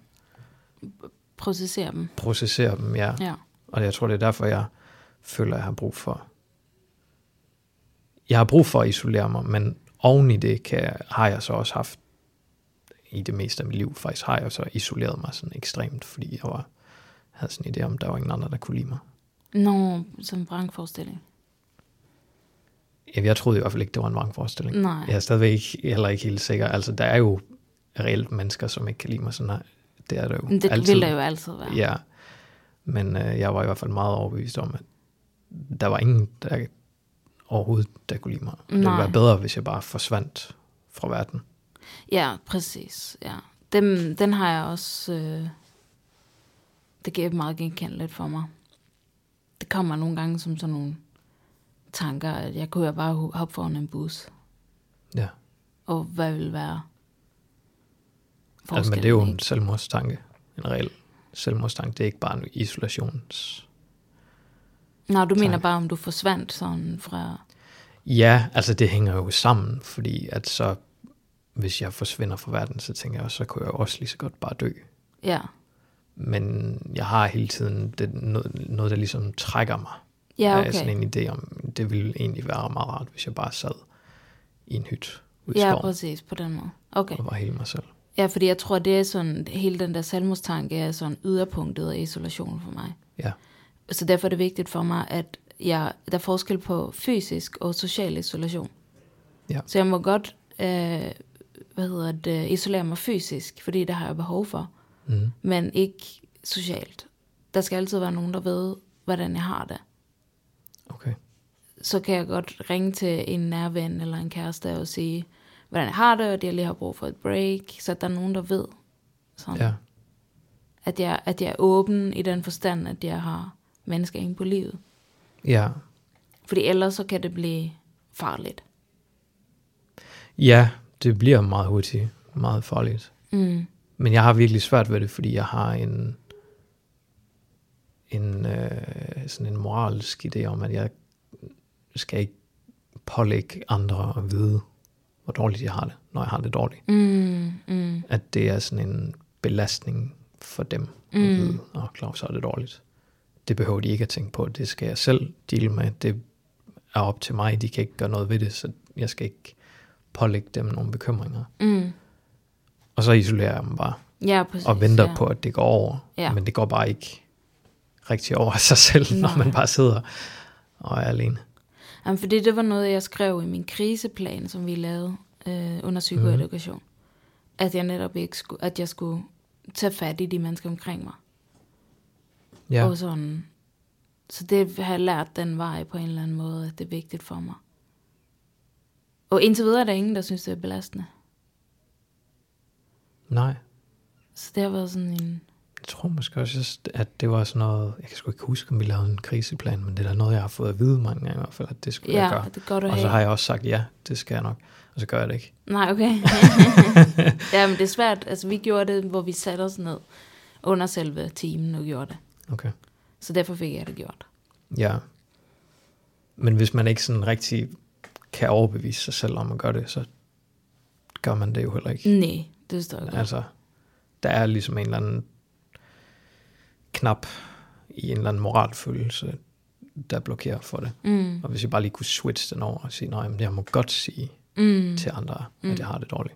Speaker 2: Processere dem.
Speaker 1: processerer dem, ja.
Speaker 2: Ja.
Speaker 1: Og jeg tror, det er derfor, jeg føler, jeg har brug for... Jeg har brug for at isolere mig, men oven i det kan, har jeg så også haft i det meste af mit liv, faktisk har jeg så isoleret mig sådan ekstremt, fordi jeg var, havde sådan en idé om, der var ingen andre, der kunne lide mig.
Speaker 2: Nå, som vrangforestilling.
Speaker 1: Jamen, Jeg troede i hvert fald ikke, det var en vrangforestilling.
Speaker 2: Nej.
Speaker 1: Jeg er stadigvæk ikke, heller ikke helt sikker. Altså, der er jo reelt mennesker, som ikke kan lide mig sådan her. Det er der jo
Speaker 2: Men
Speaker 1: altid.
Speaker 2: det altid. vil der jo altid være.
Speaker 1: Ja, men øh, jeg var i hvert fald meget overbevist om, at der var ingen der overhovedet, der kunne lide mig. Det ville
Speaker 2: Nej.
Speaker 1: være bedre, hvis jeg bare forsvandt fra verden. Altså,
Speaker 2: ja præcis. Ja. Dem, den har jeg også... Øh, det gav meget genkendeligt for mig. Det kommer nogle gange som sådan nogle tanker, at jeg kunne jo bare ho- hoppe foran en bus.
Speaker 1: Ja.
Speaker 2: Og hvad vil være
Speaker 1: Altså, men det er jo
Speaker 2: forskellen,
Speaker 1: en selvmordstanke, en reel selvmordstanke. Det er ikke bare en isolations...
Speaker 2: ikke? Nå, du mener
Speaker 1: tanke.
Speaker 2: bare, om du forsvandt sådan fra...
Speaker 1: Ja, altså det hænger jo sammen, fordi at så, hvis jeg forsvinder fra verden, så tænker jeg, så kunne jeg også lige så godt bare dø.
Speaker 2: Ja,
Speaker 1: Men jeg har hele tiden det, noget, noget, der ligesom trækker mig.
Speaker 2: ja
Speaker 1: Jeg er
Speaker 2: okay.
Speaker 1: sådan en idé om, det ville egentlig være meget rart, hvis jeg bare sad i en hyt ude i
Speaker 2: Ja,
Speaker 1: skoven
Speaker 2: præcis, på den måde. Okay.
Speaker 1: og var hele mig selv.
Speaker 2: Ja, fordi jeg tror, det er sådan, hele den der salmostanke er sådan yderpunktet af isolation for mig.
Speaker 1: Ja,
Speaker 2: Så derfor er det vigtigt for mig, at jeg, der er forskel på fysisk og social isolation.
Speaker 1: Ja.
Speaker 2: Så jeg må godt øh, hvad hedder det, isolere mig fysisk, fordi det har jeg behov for,
Speaker 1: mm.
Speaker 2: men ikke socialt. Der skal altid være nogen, der ved, hvordan jeg har det.
Speaker 1: okay.
Speaker 2: så kan jeg godt ringe til en nærven eller en kæreste og sige, hvordan jeg har det, og at jeg lige har brug for et break, så at der er nogen, der ved, sådan,
Speaker 1: Ja,
Speaker 2: at, jeg, at jeg er åben i den forstand, at jeg har mennesker inde på livet.
Speaker 1: ja.
Speaker 2: Fordi ellers så kan det blive farligt.
Speaker 1: ja det bliver meget hurtigt, meget farligt.
Speaker 2: Mm.
Speaker 1: Men jeg har virkelig svært ved det, fordi jeg har en, en, øh, sådan en moralsk idé om, at jeg skal ikke pålægge andre at vide, hvor dårligt jeg har det, når jeg har det dårligt.
Speaker 2: Mm, mm,
Speaker 1: At det er sådan en belastning for dem. Mm. At
Speaker 2: mm,
Speaker 1: vide, oh, Claus har det dårligt. Det behøver de ikke at tænke på. Det skal jeg selv deal med. Det er op til mig. De kan ikke gøre noget ved det, så jeg skal ikke pålægge dem nogle bekymringer.
Speaker 2: mm.
Speaker 1: Og så isolerer jeg dem bare
Speaker 2: Ja, præcis.
Speaker 1: og venter
Speaker 2: ja.
Speaker 1: på, at det går over.
Speaker 2: Ja.
Speaker 1: Men det går bare ikke rigtig over af sig selv, når
Speaker 2: Nej.
Speaker 1: man bare sidder og er alene.
Speaker 2: Jamen, fordi det var noget, jeg skrev i min kriseplan, som vi lavede øh, under psykoedukation. Mm.
Speaker 1: Mhm.
Speaker 2: At jeg netop ikke skulle, at jeg skulle tage fat i de mennesker omkring mig.
Speaker 1: Ja,
Speaker 2: Og sådan. Så det har jeg lært den vej på en eller anden måde, at det er vigtigt for mig. Og indtil videre er der ingen, der synes, det er belastende.
Speaker 1: nej.
Speaker 2: Så det har været sådan en...
Speaker 1: Jeg tror måske også, at det var sådan noget, jeg kan sgu ikke huske, om vi lavede en kriseplan, men det er da noget, jeg har fået at vide mange gange i hvert fald, at det skulle
Speaker 2: Ja,
Speaker 1: jeg gøre.
Speaker 2: det er godt at
Speaker 1: Og så
Speaker 2: have.
Speaker 1: har jeg også sagt, ja, det skal jeg nok, og så gør jeg det ikke.
Speaker 2: Nej, okay. ja, men det er svært. Altså, vi gjorde det, hvor vi satte os ned under selve timen og gjorde det.
Speaker 1: Okay.
Speaker 2: Så derfor fik jeg det gjort.
Speaker 1: Ja. Men hvis man ikke sådan rigtig kan overbevise sig selv om at gøre det, så gør man det jo heller ikke.
Speaker 2: Nej, det står jeg godt.
Speaker 1: Altså, der er ligesom en eller anden knap i en eller anden moralfølelse, der blokerer for det.
Speaker 2: Mm,
Speaker 1: Og hvis jeg bare lige kunne switche den over og sige, nej, men jeg må godt sige
Speaker 2: mm,
Speaker 1: til andre, at jeg har det dårligt,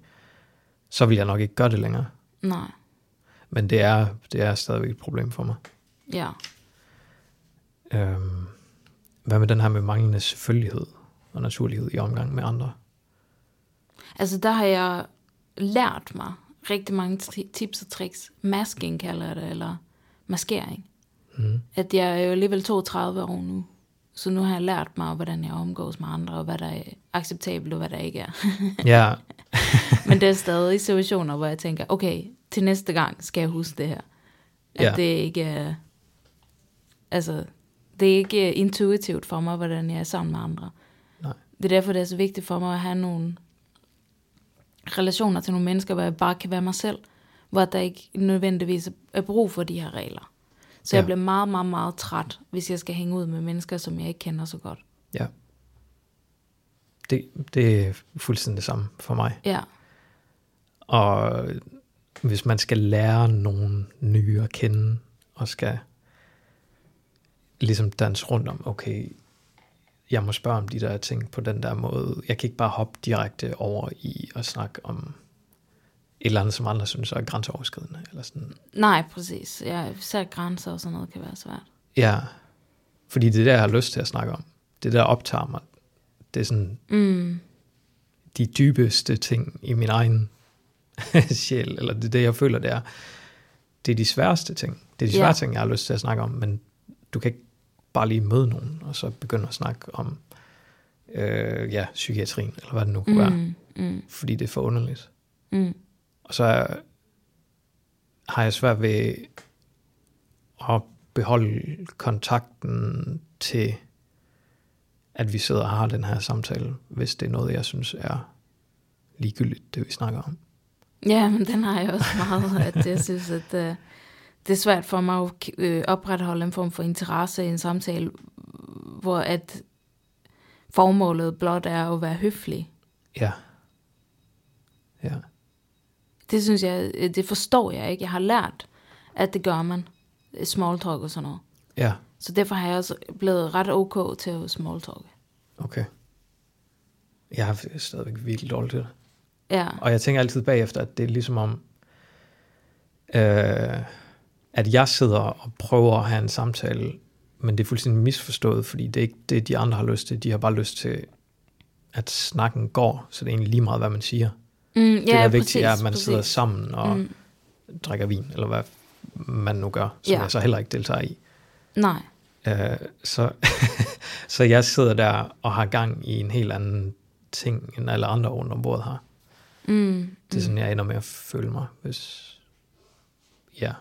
Speaker 1: så vil jeg nok ikke gøre det længere.
Speaker 2: nej,
Speaker 1: Men det er, det er stadigvæk et problem for mig.
Speaker 2: ja.
Speaker 1: Øhm, hvad med den her med manglende selvfølgelighed og naturlighed i omgang med andre?
Speaker 2: Altså, der har jeg lært mig rigtig mange tri- tips og tricks. Masking kalder jeg det, eller maskering.
Speaker 1: Mm.
Speaker 2: At jeg er jo alligevel 32 år nu. Så nu har jeg lært mig, hvordan jeg omgås med andre, og hvad der er acceptabelt, og hvad der ikke er.
Speaker 1: Ja,
Speaker 2: Men der er stadig situationer, hvor jeg tænker, okay, til næste gang skal jeg huske det her. At
Speaker 1: Ja.
Speaker 2: ja. det ikke er... Altså, det er ikke intuitivt for mig, hvordan jeg er sammen med andre.
Speaker 1: Nej.
Speaker 2: Det er derfor, det er så vigtigt for mig at have nogle relationer til nogle mennesker, hvor jeg bare kan være mig selv. Hvor der ikke nødvendigvis er brug for de her regler. Så ja.
Speaker 1: Ja.
Speaker 2: jeg bliver meget, meget, meget træt, hvis jeg skal hænge ud med mennesker, som jeg ikke kender så godt.
Speaker 1: ja. Det, det er fuldstændig det samme for mig.
Speaker 2: Ja,
Speaker 1: Og hvis man skal lære nogen nye at kende, og skal ligesom danse rundt om, okay, jeg må spørge om de der ting på den der måde. Jeg kan ikke bare hoppe direkte over i at snakke om et eller andet, som andre synes er grænseoverskridende. Eller sådan.
Speaker 2: nej, præcis. Ja, især grænser og sådan noget kan være svært.
Speaker 1: Ja, fordi det er det, jeg har lyst til at snakke om. Det der optager mig. Det er sådan
Speaker 2: Mm.
Speaker 1: de dybeste ting i min egen sjæl, eller det er det, jeg føler, det er. Det er de sværeste ting. Det er de
Speaker 2: Ja.
Speaker 1: svære ting, jeg har lyst til at snakke om, men du kan ikke bare lige møde nogen, og så begynde at snakke om øh, ja, psykiatrien, eller hvad det nu kunne mm. være,
Speaker 2: Mm, mm,
Speaker 1: fordi det er for underligt.
Speaker 2: mm.
Speaker 1: Og så er- har jeg svært ved at beholde kontakten til, at vi sidder og har den her samtale, hvis det er noget, jeg synes er ligegyldigt, det vi snakker om.
Speaker 2: Ja, men den har jeg også meget, at jeg synes, at øh, det er svært for mig at øh, opretholde en form for interesse i en samtale, hvor at formålet blot er at være høflig.
Speaker 1: Ja. Ja.
Speaker 2: Det synes jeg, øh, det forstår jeg ikke. Jeg har lært, at det gør man. Small talk og sådan noget.
Speaker 1: Ja,
Speaker 2: Så derfor har jeg også blevet ret ok til at small talk.
Speaker 1: okay. Jeg er stadigvæk virkelig dårlig til det.
Speaker 2: Ja,
Speaker 1: Og jeg tænker altid bagefter, at det er ligesom om, øh, at jeg sidder og prøver at have en samtale, men det er fuldstændig misforstået, fordi det er ikke det, de andre har lyst til. De har bare lyst til, at snakken går, så det er egentlig lige meget, hvad man siger.
Speaker 2: mm, ja,
Speaker 1: det, der er vigtigt,
Speaker 2: præcis,
Speaker 1: er, at man
Speaker 2: præcis.
Speaker 1: sidder sammen og
Speaker 2: Mm.
Speaker 1: mm. drikker vin, eller hvad man nu gør, som
Speaker 2: Ja.
Speaker 1: ja. jeg så heller ikke deltager i.
Speaker 2: Nej,
Speaker 1: Øh, så, så jeg sidder der og har gang i en helt anden ting, end alle andre rundt om bordet har.
Speaker 2: mm,
Speaker 1: Det er sådan, jeg ender med at føle mig, hvis, ja,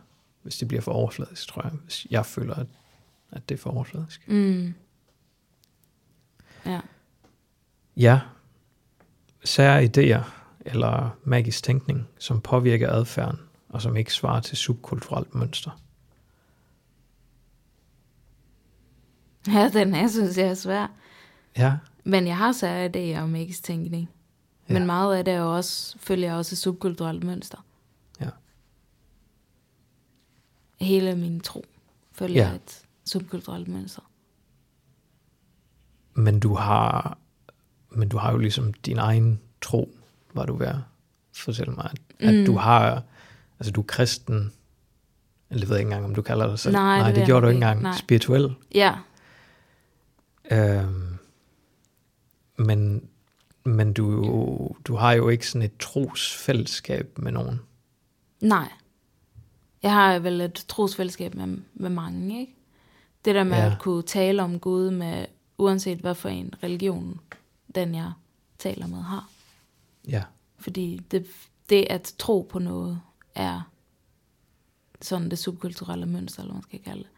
Speaker 1: hvis det bliver for overfladisk, tror jeg. Hvis jeg føler, at, at det er for overfladisk.
Speaker 2: mm. Ja.
Speaker 1: Ja. Sære idéer eller magisk tænkning, som påvirker adfærden og som ikke svarer til subkulturelt mønster?
Speaker 2: Ja, den her synes jeg er svær.
Speaker 1: Ja,
Speaker 2: Men jeg har så idéer om mix-tænkning.
Speaker 1: Ja.
Speaker 2: Ja. Men meget af det er jo også, følger også et subkulturelt mønster.
Speaker 1: ja,
Speaker 2: Hele min tro følger
Speaker 1: Ja.
Speaker 2: ja. et subkulturelt mønster.
Speaker 1: men du har, men du har jo ligesom din egen tro, var du ved at fortælle mig, at, mm. at du har, altså du er kristen, eller det ved jeg ikke engang, om du kalder dig selv.
Speaker 2: Nej, det
Speaker 1: Nej det,
Speaker 2: ved jeg
Speaker 1: gjorde du
Speaker 2: nok
Speaker 1: ikke
Speaker 2: ikke.
Speaker 1: engang.
Speaker 2: Nej.
Speaker 1: Spirituel.
Speaker 2: Ja,
Speaker 1: Øhm, men men du, er jo- du har jo ikke sådan et trosfællesskab med nogen.
Speaker 2: nej. Jeg har vel et trosfællesskab med, med mange, ikke? Det der med
Speaker 1: Ja.
Speaker 2: ja. at kunne tale om Gud med, uanset hvad for en religion, den jeg taler med, har.
Speaker 1: Ja,
Speaker 2: Fordi det, det at tro på noget er sådan det subkulturelle mønster, eller hvad man skal kalde det.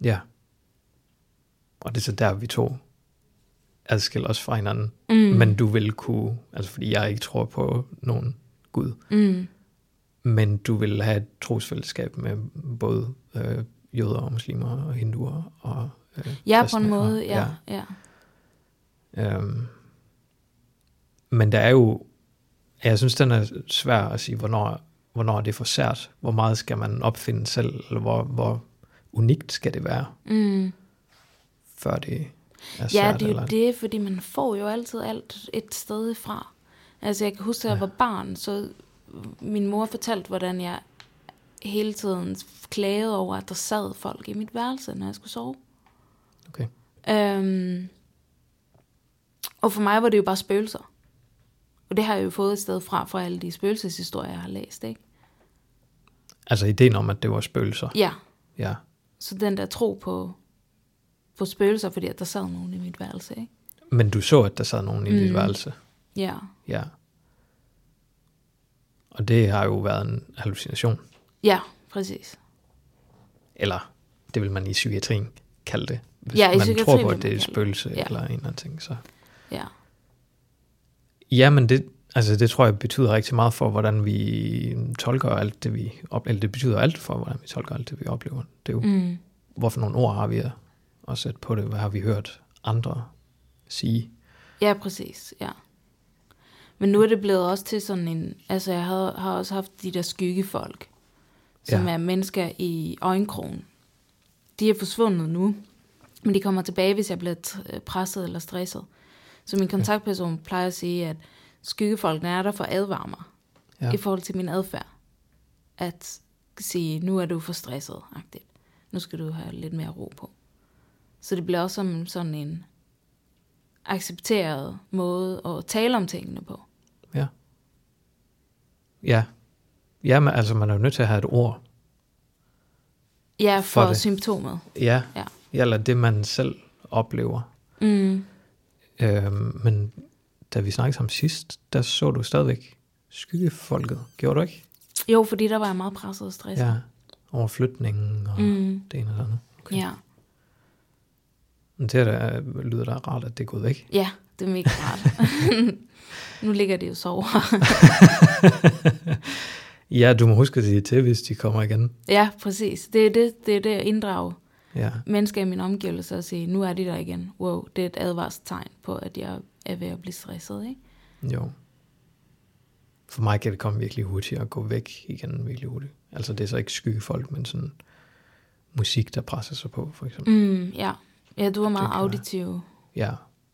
Speaker 1: ja. Og det er så der, vi to adskiller os fra hinanden.
Speaker 2: Mm.
Speaker 1: Men du vil kunne, altså fordi jeg ikke tror på nogen Gud,
Speaker 2: Mm.
Speaker 1: men du vil have et trosfællesskab med både øh, jøder og muslimer og hinduer og øh,
Speaker 2: Ja, på
Speaker 1: kristne
Speaker 2: en
Speaker 1: og-
Speaker 2: måde, ja. ja. ja.
Speaker 1: Øhm, men der er jo, jeg synes, den er svær at sige, hvornår, hvornår er det for sært? Hvor meget skal man opfinde selv? Eller hvor, hvor unikt skal det være,
Speaker 2: Mm.
Speaker 1: før det er sært?
Speaker 2: Ja, det er
Speaker 1: eller?
Speaker 2: jo det, fordi man får jo altid alt et sted fra. Altså, jeg kan huske, da jeg
Speaker 1: Ja.
Speaker 2: var barn, så min mor fortalte, hvordan jeg hele tiden klagede over, at der sad folk i mit værelse, når jeg skulle sove.
Speaker 1: Okay.
Speaker 2: Øhm, og for mig var det jo bare spøgelser. Og det har jeg jo fået et sted fra, fra alle de spøgelseshistorier, jeg har læst, ikke?
Speaker 1: Altså ideen om, at det var spøgelser.
Speaker 2: Ja,
Speaker 1: Ja.
Speaker 2: så den der tro på, på spøgelser, fordi at der sad nogen i mit værelse, ikke?
Speaker 1: Men du så, at der sad nogen i mm. dit
Speaker 2: Mm.
Speaker 1: værelse.
Speaker 2: Ja,
Speaker 1: Ja. Og det har jo været en hallucination.
Speaker 2: ja præcis.
Speaker 1: Eller det vil man i psykiatrien kalde det. Hvis
Speaker 2: Ja, i
Speaker 1: man
Speaker 2: psykiatrien
Speaker 1: tror på,
Speaker 2: vil
Speaker 1: at
Speaker 2: man
Speaker 1: det er
Speaker 2: kalde
Speaker 1: et
Speaker 2: det.
Speaker 1: spøgelse ja.
Speaker 2: Ja.
Speaker 1: eller en eller anden ting, så...
Speaker 2: Ja.
Speaker 1: Ja, men det, altså det tror jeg betyder rigtig meget for, hvordan vi tolker alt det, vi oplever. Eller det betyder alt for, hvordan vi tolker alt det, vi oplever. Det er jo, mm.
Speaker 2: Mm.
Speaker 1: hvorfor nogle ord har vi at, at sætte på det? Hvad har vi hørt andre sige?
Speaker 2: Ja, præcis, ja. Men nu er det blevet også til sådan en... Altså, jeg havde, har også haft de der skyggefolk, som
Speaker 1: Ja.
Speaker 2: ja. er mennesker i øjenkrogen. De er forsvundet nu, men de kommer tilbage, hvis jeg bliver t- øh, presset eller stresset. Så min kontaktperson plejer at sige, at skyggefolkene er der for at advare mig
Speaker 1: Ja.
Speaker 2: i forhold til min adfærd. At sige, nu er du for stresset, agtigt. Nu skal du have lidt mere ro på. Så det bliver også som sådan en accepteret måde at tale om tingene på.
Speaker 1: Ja. Ja. Ja, men altså man er jo nødt til at have et ord.
Speaker 2: Ja,
Speaker 1: For
Speaker 2: for, for
Speaker 1: det.
Speaker 2: symptomet.
Speaker 1: Ja.
Speaker 2: Ja.
Speaker 1: Eller det, man selv oplever.
Speaker 2: Mm.
Speaker 1: Øhm, men da vi snakkede sammen sidst, der så du stadigvæk skyggefolket. Gjorde du ikke?
Speaker 2: Jo, fordi der var jeg meget presset og stresset.
Speaker 1: Ja. Over flytningen og mm.
Speaker 2: Mm.
Speaker 1: det ene og det andet. Okay.
Speaker 2: Ja.
Speaker 1: Men det der, lyder da rart, at det er gået væk.
Speaker 2: ja, det er mega rart. nu ligger det jo sover.
Speaker 1: Ja, du må huske at sige til, hvis de kommer igen.
Speaker 2: ja, præcis. Det er det, det, er det at inddrage
Speaker 1: Ja,
Speaker 2: mennesker i min omgivelser og sige, nu er de der igen. Wow, det er et advarstegn på, at jeg er ved at blive stresset, ikke?
Speaker 1: jo. For mig kan det komme virkelig hurtigt og gå væk igen virkelig hurtigt. Altså det er så ikke skygge folk, men sådan musik, der presser sig på, for eksempel.
Speaker 2: Mm, ja. ja, du er meget
Speaker 1: kan være.
Speaker 2: auditiv.
Speaker 1: Ja,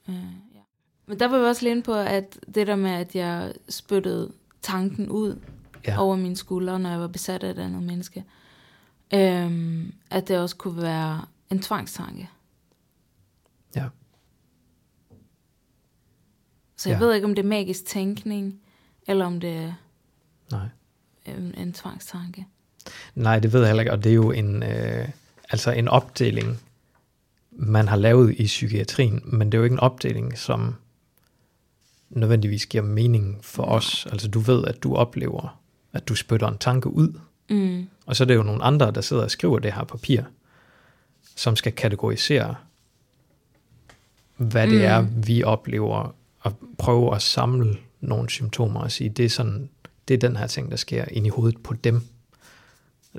Speaker 2: Øh, ja. Men der var vi også lige inde på, at det der med, at jeg spyttede tanken ud
Speaker 1: Ja.
Speaker 2: ja. over mine skuldre, når jeg var besat af et andet menneske, øhm, at det også kunne være en tvangstanke.
Speaker 1: ja,
Speaker 2: Så jeg
Speaker 1: Ja.
Speaker 2: ja. ved ikke, om det er magisk tænkning, eller om det er
Speaker 1: nej.
Speaker 2: en, en tvangstanke.
Speaker 1: Nej, det ved jeg heller ikke, og det er jo en, øh, altså en opdeling, man har lavet i psykiatrien, men det er jo ikke en opdeling, som nødvendigvis giver mening for os. Altså du ved, at du oplever, at du spytter en tanke ud,
Speaker 2: Mm,
Speaker 1: Og så er det jo nogle andre, der sidder og skriver det her papir, som skal kategorisere, hvad det mm.
Speaker 2: Mm.
Speaker 1: er, vi oplever, og prøve at samle nogle symptomer og sige, det er, sådan, det er den her ting, der sker ind i hovedet på dem.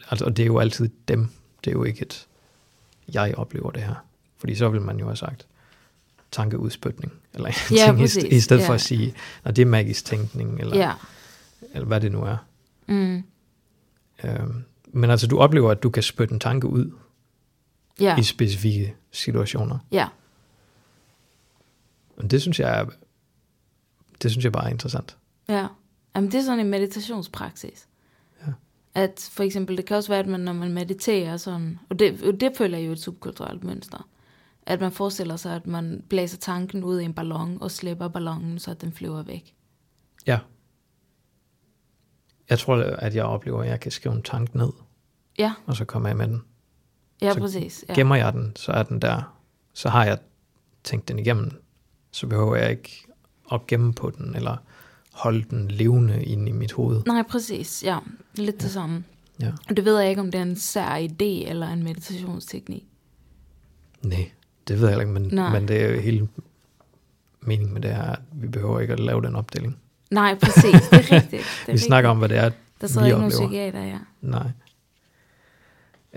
Speaker 1: altså, og det er jo altid dem. Det er jo ikke et, jeg oplever det her. Fordi så vil man jo have sagt, tankeudspytning, eller
Speaker 2: Ja,
Speaker 1: ja, ting, i, st-
Speaker 2: præcis.
Speaker 1: i stedet ja. for
Speaker 2: Ja.
Speaker 1: at sige, når det er magisk tænkning, eller, ja.
Speaker 2: Ja.
Speaker 1: eller hvad det nu er.
Speaker 2: Mm.
Speaker 1: Øhm, men altså, du oplever, at du kan spytte en tanke ud
Speaker 2: Ja.
Speaker 1: ja. i specifikke situationer.
Speaker 2: Ja.
Speaker 1: Og det synes jeg, er- det synes jeg bare er interessant.
Speaker 2: Ja. Jamen, det er sådan en meditationspraksis.
Speaker 1: Ja.
Speaker 2: At for eksempel, det kan også være, at man, når man mediterer sådan, og det, og det føler jeg jo et subkulturelt mønster, at man forestiller sig, at man blæser tanken ud i en ballon og slipper ballonen, så den flyver væk.
Speaker 1: Ja. Jeg tror, at jeg oplever, at jeg kan skrive en tanke ned,
Speaker 2: Ja,
Speaker 1: og så kommer jeg med den.
Speaker 2: ja
Speaker 1: Så
Speaker 2: præcis. Ja.
Speaker 1: Ja. Gemmer jeg den, så er den der. Så har jeg tænkt den igennem. Så behøver jeg ikke at gemme på den, eller holde den levende inde i mit hoved.
Speaker 2: Nej, præcis. Ja, det er lidt det samme.
Speaker 1: Ja.
Speaker 2: Og det ved jeg ikke, om det er en sær idé eller en meditationsteknik.
Speaker 1: Nej, det ved jeg heller ikke, men,
Speaker 2: Nej.
Speaker 1: men det er jo hele meningen med det her, at vi behøver ikke at lave den opdeling. Vi
Speaker 2: Nej, præcis. Det er rigtigt. Det er
Speaker 1: rigtigt. snakker om, hvad det er.
Speaker 2: Der sidder
Speaker 1: vi
Speaker 2: ikke nogen
Speaker 1: oplever.
Speaker 2: psykiater, ja.
Speaker 1: Nej.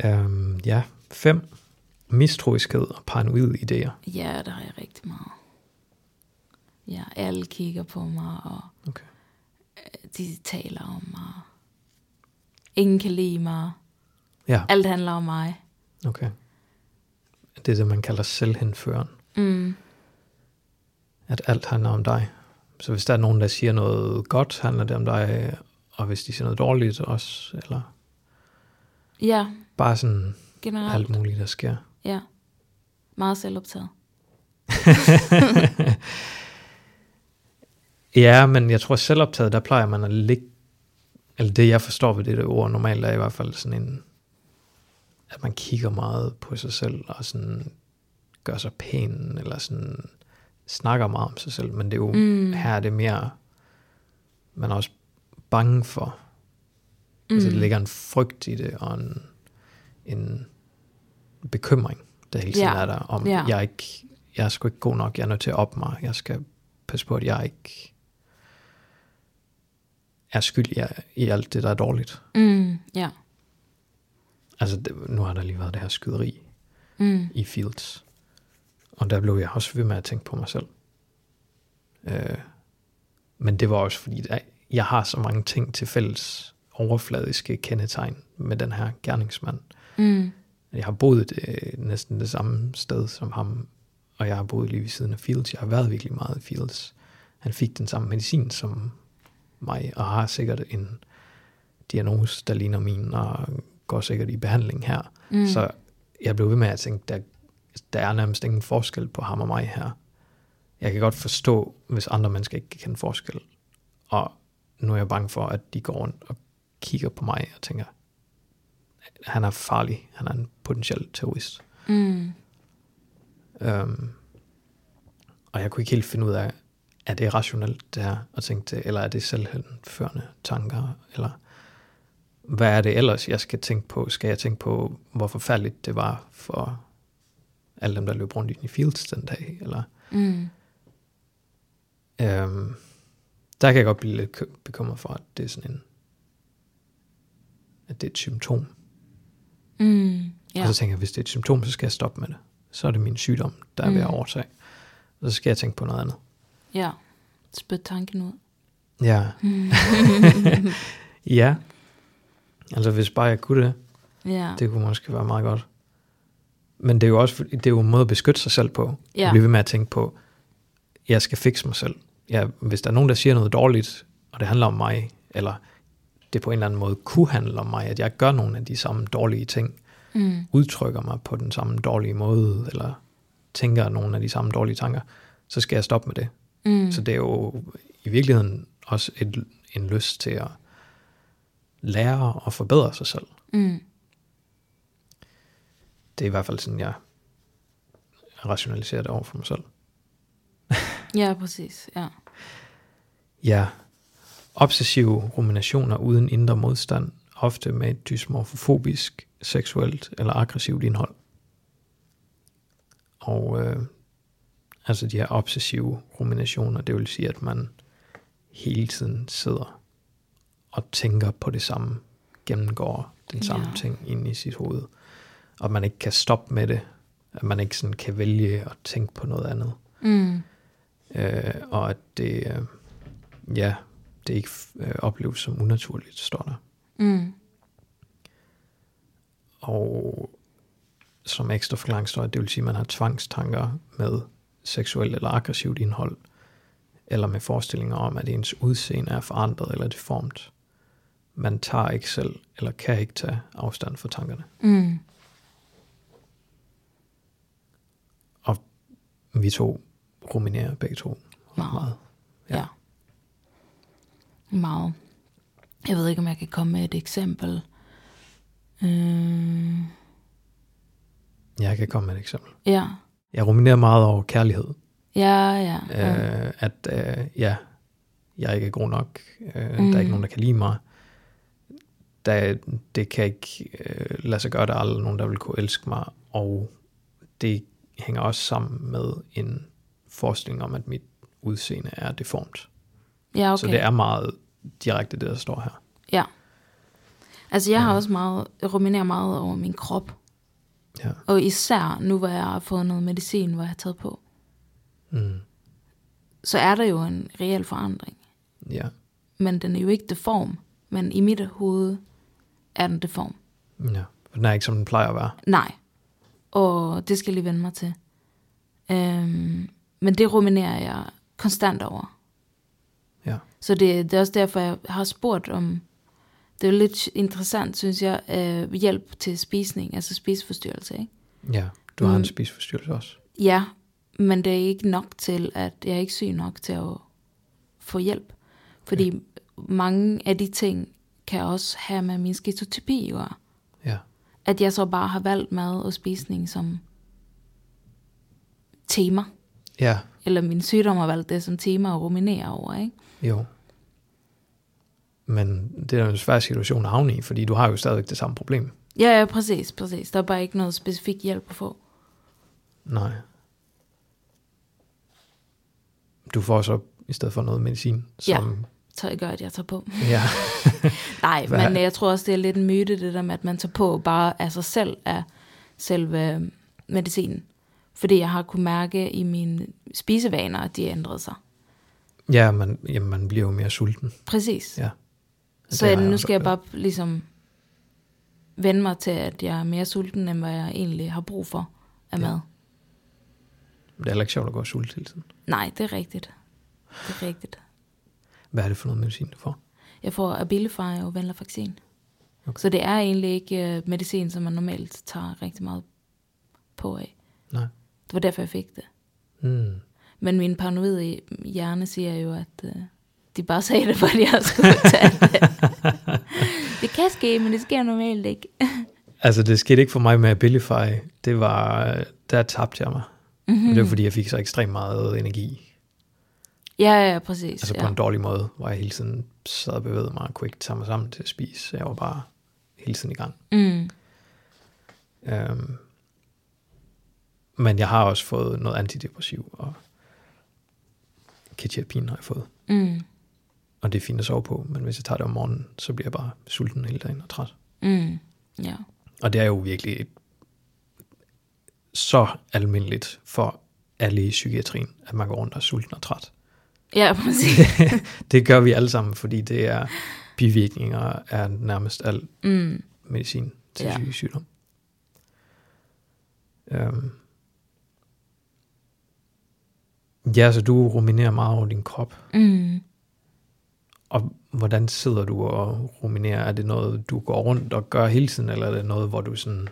Speaker 1: Øhm, ja, fem. Mistroiskhed og paranoide idéer.
Speaker 2: Ja, der har jeg rigtig meget. Ja, alle kigger på mig, og øh,
Speaker 1: Okay.
Speaker 2: de taler om mig. Ingen kan lide mig.
Speaker 1: Ja,
Speaker 2: Alt handler om mig.
Speaker 1: okay. Det er det, man kalder selvhenføren.
Speaker 2: Mm.
Speaker 1: At alt handler om dig. Så hvis der er nogen, der siger noget godt, handler det om dig, og hvis de siger noget dårligt også, eller
Speaker 2: Ja,
Speaker 1: bare sådan
Speaker 2: generelt.
Speaker 1: alt muligt, der sker.
Speaker 2: Ja. Meget selvoptaget.
Speaker 1: Ja, men jeg tror selvoptaget, der plejer man at ligge, eller det jeg forstår ved det der ord normalt, er i hvert fald sådan en, at man kigger meget på sig selv, og sådan gør sig pæn, eller sådan snakker meget om sig selv, men det er jo, mm.
Speaker 2: Mm.
Speaker 1: her er det mere, man er også bange for, mm. altså der ligger en frygt i det, og en, en bekymring, der hele tiden
Speaker 2: Ja.
Speaker 1: ja. er der, om
Speaker 2: Ja.
Speaker 1: ja. jeg er ikke, jeg er sgu ikke god nok, jeg er nødt til at op mig, jeg skal passe på, at jeg ikke er skyld i, i alt det, der er dårligt.
Speaker 2: Mm. Ja.
Speaker 1: Altså, det, nu har der lige været det her skyderi
Speaker 2: Mm.
Speaker 1: i Fields, og der blev jeg også ved med at tænke på mig selv. Øh, men det var også fordi, der, jeg har så mange ting til fælles overfladiske kendetegn med den her gerningsmand.
Speaker 2: Mm.
Speaker 1: Jeg har boet øh, næsten det samme sted som ham, og jeg har boet lige ved siden af Fields. Jeg har været virkelig meget i Fields. Han fik den samme medicin som mig, og har sikkert en diagnose, der ligner min, og går sikkert i behandling her.
Speaker 2: Mm.
Speaker 1: Mm. Så jeg blev ved med at tænke, der, der er nærmest ingen forskel på ham og mig her. Jeg kan godt forstå, hvis andre mennesker ikke kan kende forskel. Og nu er jeg bange for, at de går rundt og kigger på mig og tænker, han er farlig, han er en potentiel terrorist.
Speaker 2: Mm.
Speaker 1: Øhm, og jeg kunne ikke helt finde ud af, er det rationelt det her at tænke det, eller er det selvhenførende tanker, eller hvad er det ellers, jeg skal tænke på? Skal jeg tænke på, hvor forfærdeligt det var for alle dem, der løb rundt i Fields den dag? Eller,
Speaker 2: Mm.
Speaker 1: øhm, der kan jeg godt blive lidt kø- bekymret for, at det er sådan en at det er et symptom.
Speaker 2: Mm.
Speaker 1: Ja.
Speaker 2: Ja.
Speaker 1: Og så tænker jeg, hvis det er et symptom, så skal jeg stoppe med det. Så er det min sygdom, der er ved at
Speaker 2: Mm.
Speaker 1: overtage. Og så skal jeg tænke på noget andet.
Speaker 2: Ja. Spyt tanken ud. Mm.
Speaker 1: Ja. ja. Altså, hvis bare jeg kunne det,
Speaker 2: Ja.
Speaker 1: det kunne måske være meget godt. Men det er jo også det er jo en måde at beskytte sig selv på.
Speaker 2: Ja.
Speaker 1: At blive ved med at tænke på, jeg skal fikse mig selv. Ja, hvis der er nogen, der siger noget dårligt, og det handler om mig, eller det på en eller anden måde kunne handle om mig, at jeg gør nogle af de samme dårlige ting,
Speaker 2: Mm.
Speaker 1: udtrykker mig på den samme dårlige måde, eller tænker nogle af de samme dårlige tanker, så skal jeg stoppe med det.
Speaker 2: Mm.
Speaker 1: Så det er jo i virkeligheden også et, en lyst til at lære og forbedre sig selv.
Speaker 2: Mm.
Speaker 1: Det er i hvert fald sådan, jeg rationaliserer det over for mig selv.
Speaker 2: Ja, præcis. Ja.
Speaker 1: Ja, obsessive ruminationer uden indre modstand, ofte med et dysmorfofobisk, seksuelt eller aggressivt indhold. Og øh, altså de her obsessive ruminationer, det vil sige, at man hele tiden sidder og tænker på det samme, gennemgår den samme
Speaker 2: Ja.
Speaker 1: ja. ting inde i sit hoved. Og man ikke kan stoppe med det. At man ikke sådan kan vælge at tænke på noget andet.
Speaker 2: Mm.
Speaker 1: Øh, og at det, øh, ja, det ikke øh, opleves som unaturligt, står der.
Speaker 2: Mm.
Speaker 1: Og som ekstra forklaring står, at det vil sige, at man har tvangstanker med seksuelt eller aggressivt indhold, eller med forestillinger om, at ens udseende er forandret eller deformt. Man tager ikke selv, eller kan ikke tage afstand fra tankerne.
Speaker 2: Mm.
Speaker 1: Vi to ruminerer begge to ret
Speaker 2: Meget.
Speaker 1: meget.
Speaker 2: Ja. Meget. Jeg ved ikke, om jeg kan komme med et eksempel. Øh,
Speaker 1: Jeg kan komme med et eksempel.
Speaker 2: ja.
Speaker 1: Jeg ruminerer meget over kærlighed.
Speaker 2: Ja, ja. ja.
Speaker 1: Øh, at øh, ja, jeg ikke er god nok, øh, mm.
Speaker 2: Mm.
Speaker 1: der er ikke nogen, der kan lide mig. Der, det kan ikke øh, lade sig gøre, der er aldrig nogen, der vil kunne elske mig, og det hænger også sammen med en forestilling om, at mit udseende er deformt.
Speaker 2: ja
Speaker 1: Okay. Så
Speaker 2: okay.
Speaker 1: det er meget direkte det, der står her.
Speaker 2: Ja. Altså, jeg har også meget, jeg ruminerer meget over min krop.
Speaker 1: Ja.
Speaker 2: Og især nu, hvor jeg har fået noget medicin, hvor jeg har taget på,
Speaker 1: Mm.
Speaker 2: så er der jo en reel forandring.
Speaker 1: Ja.
Speaker 2: Men den er jo ikke deform. Men i mit hoved er den deform.
Speaker 1: ja. Og Den er ikke, som den plejer at være.
Speaker 2: Nej. Og det skal jeg lige vende mig til. Øhm, men det ruminerer jeg konstant over.
Speaker 1: Ja.
Speaker 2: Så det, det er også derfor, jeg har spurgt om... Det er jo lidt interessant, synes jeg, øh, hjælp til spisning, altså spiseforstyrrelse, ikke?
Speaker 1: ja. Du har
Speaker 2: Mm.
Speaker 1: en spiseforstyrrelse også.
Speaker 2: Ja, men det er ikke nok til, at jeg er ikke syg nok til at få hjælp. Fordi ja. mange af de ting kan også have med min skizotypi at gøre.
Speaker 1: Ja.
Speaker 2: At jeg så bare har valgt mad og spisning som tema.
Speaker 1: Ja.
Speaker 2: Eller min sygdom har valgt det som tema at ruminere over, ikke?
Speaker 1: Jo. Men det er jo en svær situation at havne i, fordi du har jo stadigvæk det samme problem.
Speaker 2: Ja, ja, præcis, præcis. Der er bare ikke noget specifik hjælp at få.
Speaker 1: Nej. Du får så i stedet for noget medicin, som...
Speaker 2: Så jeg gør, at jeg tager på.
Speaker 1: Ja. ja.
Speaker 2: Nej,
Speaker 1: Hvad-
Speaker 2: men jeg tror også, det er lidt en myte, det der med, at man tager på bare af sig selv af selve medicinen. Fordi jeg har kunne mærke i mine spisevaner, at de ændrede sig.
Speaker 1: ja man, jamen, man bliver jo mere sulten.
Speaker 2: Præcis.
Speaker 1: Ja.
Speaker 2: så
Speaker 1: Det har
Speaker 2: jeg, nu
Speaker 1: også
Speaker 2: skal jeg
Speaker 1: oplevet.
Speaker 2: bare ligesom vende mig til, at jeg er mere sulten, end hvad jeg egentlig har brug for af
Speaker 1: Ja.
Speaker 2: mad.
Speaker 1: Det er heller ikke sjovt at gå sult hele tiden.
Speaker 2: Nej, det er rigtigt. Det er rigtigt.
Speaker 1: Hvad er det for noget medicin, du får?
Speaker 2: Jeg får Abilify og Venlafaxin.
Speaker 1: Okay.
Speaker 2: Okay. Så det er egentlig ikke øh, medicin, som man normalt tager rigtig meget på af.
Speaker 1: Nej.
Speaker 2: Det var derfor, jeg fik det.
Speaker 1: Mm.
Speaker 2: Men min paranoide hjerne siger jo, at øh, de bare sagde det, fordi jeg skulle tage det. det kan ske, men det sker normalt ikke.
Speaker 1: Altså, det skete ikke for mig med Abilify. Det var... Der tabte jeg mig. Mm-hmm.
Speaker 2: Mm.
Speaker 1: Det var, fordi jeg fik så ekstremt meget energi
Speaker 2: Ja, ja, præcis.
Speaker 1: Altså
Speaker 2: ja.
Speaker 1: på en dårlig måde, hvor jeg hele tiden sad og bevægede mig og kunne ikke tage mig sammen til at spise. så Jeg var bare hele tiden i gang.
Speaker 2: Mm.
Speaker 1: Øhm, men jeg har også fået noget antidepressiv, og ketchiapin har jeg fået.
Speaker 2: Mm.
Speaker 1: Og det er fint at sove på, men hvis jeg tager det om morgenen, så bliver jeg bare sulten hele dagen og træt.
Speaker 2: Mm. Ja.
Speaker 1: Og det er jo virkelig et, så almindeligt for alle i psykiatrien, at man går rundt og er sulten og træt.
Speaker 2: ja, præcis.
Speaker 1: Det gør vi alle sammen, fordi det er bivirkninger er nærmest alt
Speaker 2: Mm.
Speaker 1: medicin til
Speaker 2: Ja.
Speaker 1: ja. psykisk sygdom. Øhm. Ja, så du ruminerer meget over din krop.
Speaker 2: Mm.
Speaker 1: Og hvordan sidder du og ruminerer? Er det noget, du går rundt og gør hele tiden, eller er det noget, hvor du sådan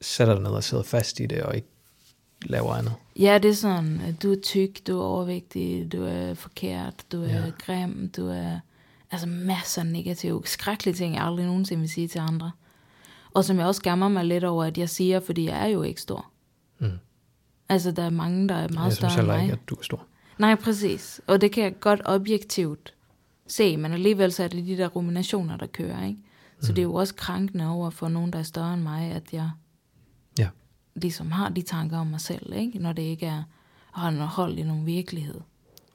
Speaker 1: sætter dig ned og sidder fast i det og ikke laver andet?
Speaker 2: Ja, det er sådan, at du er tyk, du er overvægtig, du er forkert, du er
Speaker 1: Ja.
Speaker 2: grim, du er... Altså masser af negative, skrækkelige ting, jeg aldrig nogensinde vil sige til andre. Og som jeg også skammer mig lidt over, at jeg siger, fordi jeg er jo ikke stor.
Speaker 1: Mm.
Speaker 2: Altså, der er mange, der er meget
Speaker 1: Jeg
Speaker 2: større
Speaker 1: synes
Speaker 2: end
Speaker 1: heller
Speaker 2: mig.
Speaker 1: ikke, at du er stor.
Speaker 2: Nej, præcis. Og det kan jeg godt objektivt se, men alligevel så er det de der ruminationer, der kører, ikke? Så mm. det er jo også krænkende over for nogen, der er større end mig, at jeg
Speaker 1: Ja.
Speaker 2: ligesom har de tanker om mig selv, ikke? Når det ikke er at holde noget hold i nogen virkelighed.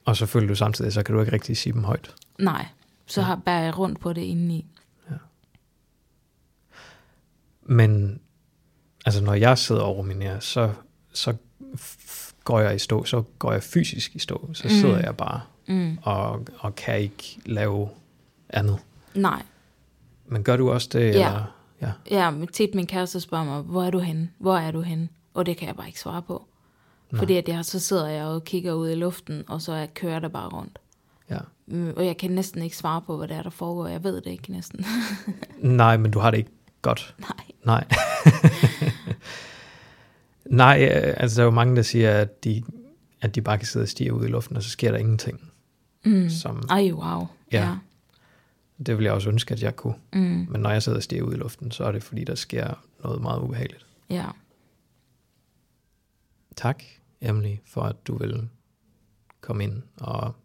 Speaker 1: Og så føler du samtidig, så kan du ikke rigtig sige dem højt.
Speaker 2: Nej, så har, bærer jeg rundt på det indeni.
Speaker 1: Ja. Men altså, når jeg sidder og ruminerer, så, så f- går jeg i stå, så går jeg fysisk i stå. Så
Speaker 2: Mm.
Speaker 1: sidder jeg bare
Speaker 2: Mm.
Speaker 1: og, og kan ikke lave andet.
Speaker 2: Nej.
Speaker 1: Men gør du også det?
Speaker 2: Ja.
Speaker 1: Eller? ja.
Speaker 2: Ja, men tit min kæreste spørger mig, hvor er du henne? Hvor er du henne? Og det kan jeg bare ikke svare på. Fordi at jeg, så sidder jeg og kigger ud i luften, og så jeg kører der bare rundt.
Speaker 1: Ja.
Speaker 2: Mm, Og jeg kan næsten ikke svare på, hvad der er, der foregår. Jeg ved det ikke næsten.
Speaker 1: Nej, men du har det ikke godt.
Speaker 2: Nej.
Speaker 1: Nej. Nej, øh, altså der er jo mange, der siger, at de, at de bare kan sidde og stige ud i luften, og så sker der ingenting.
Speaker 2: Mm.
Speaker 1: Som,
Speaker 2: Ej, wow.
Speaker 1: Ja.
Speaker 2: ja.
Speaker 1: det ville jeg også ønske, at jeg kunne.
Speaker 2: Mm.
Speaker 1: Men når jeg sidder og stiger ud i luften, så er det fordi, der sker noget meget ubehageligt.
Speaker 2: ja.
Speaker 1: Tak, Emily, for at du vil komme ind og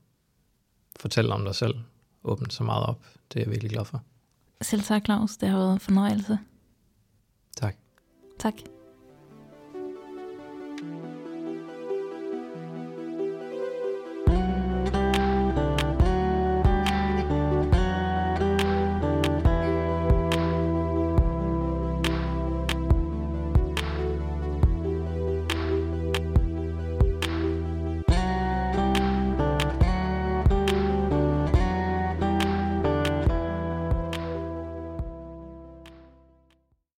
Speaker 1: fortælle om dig selv. Åbne så meget op. Det er jeg virkelig glad for.
Speaker 2: Selv tak, Claus. Det har været en fornøjelse.
Speaker 1: Tak.
Speaker 2: Tak.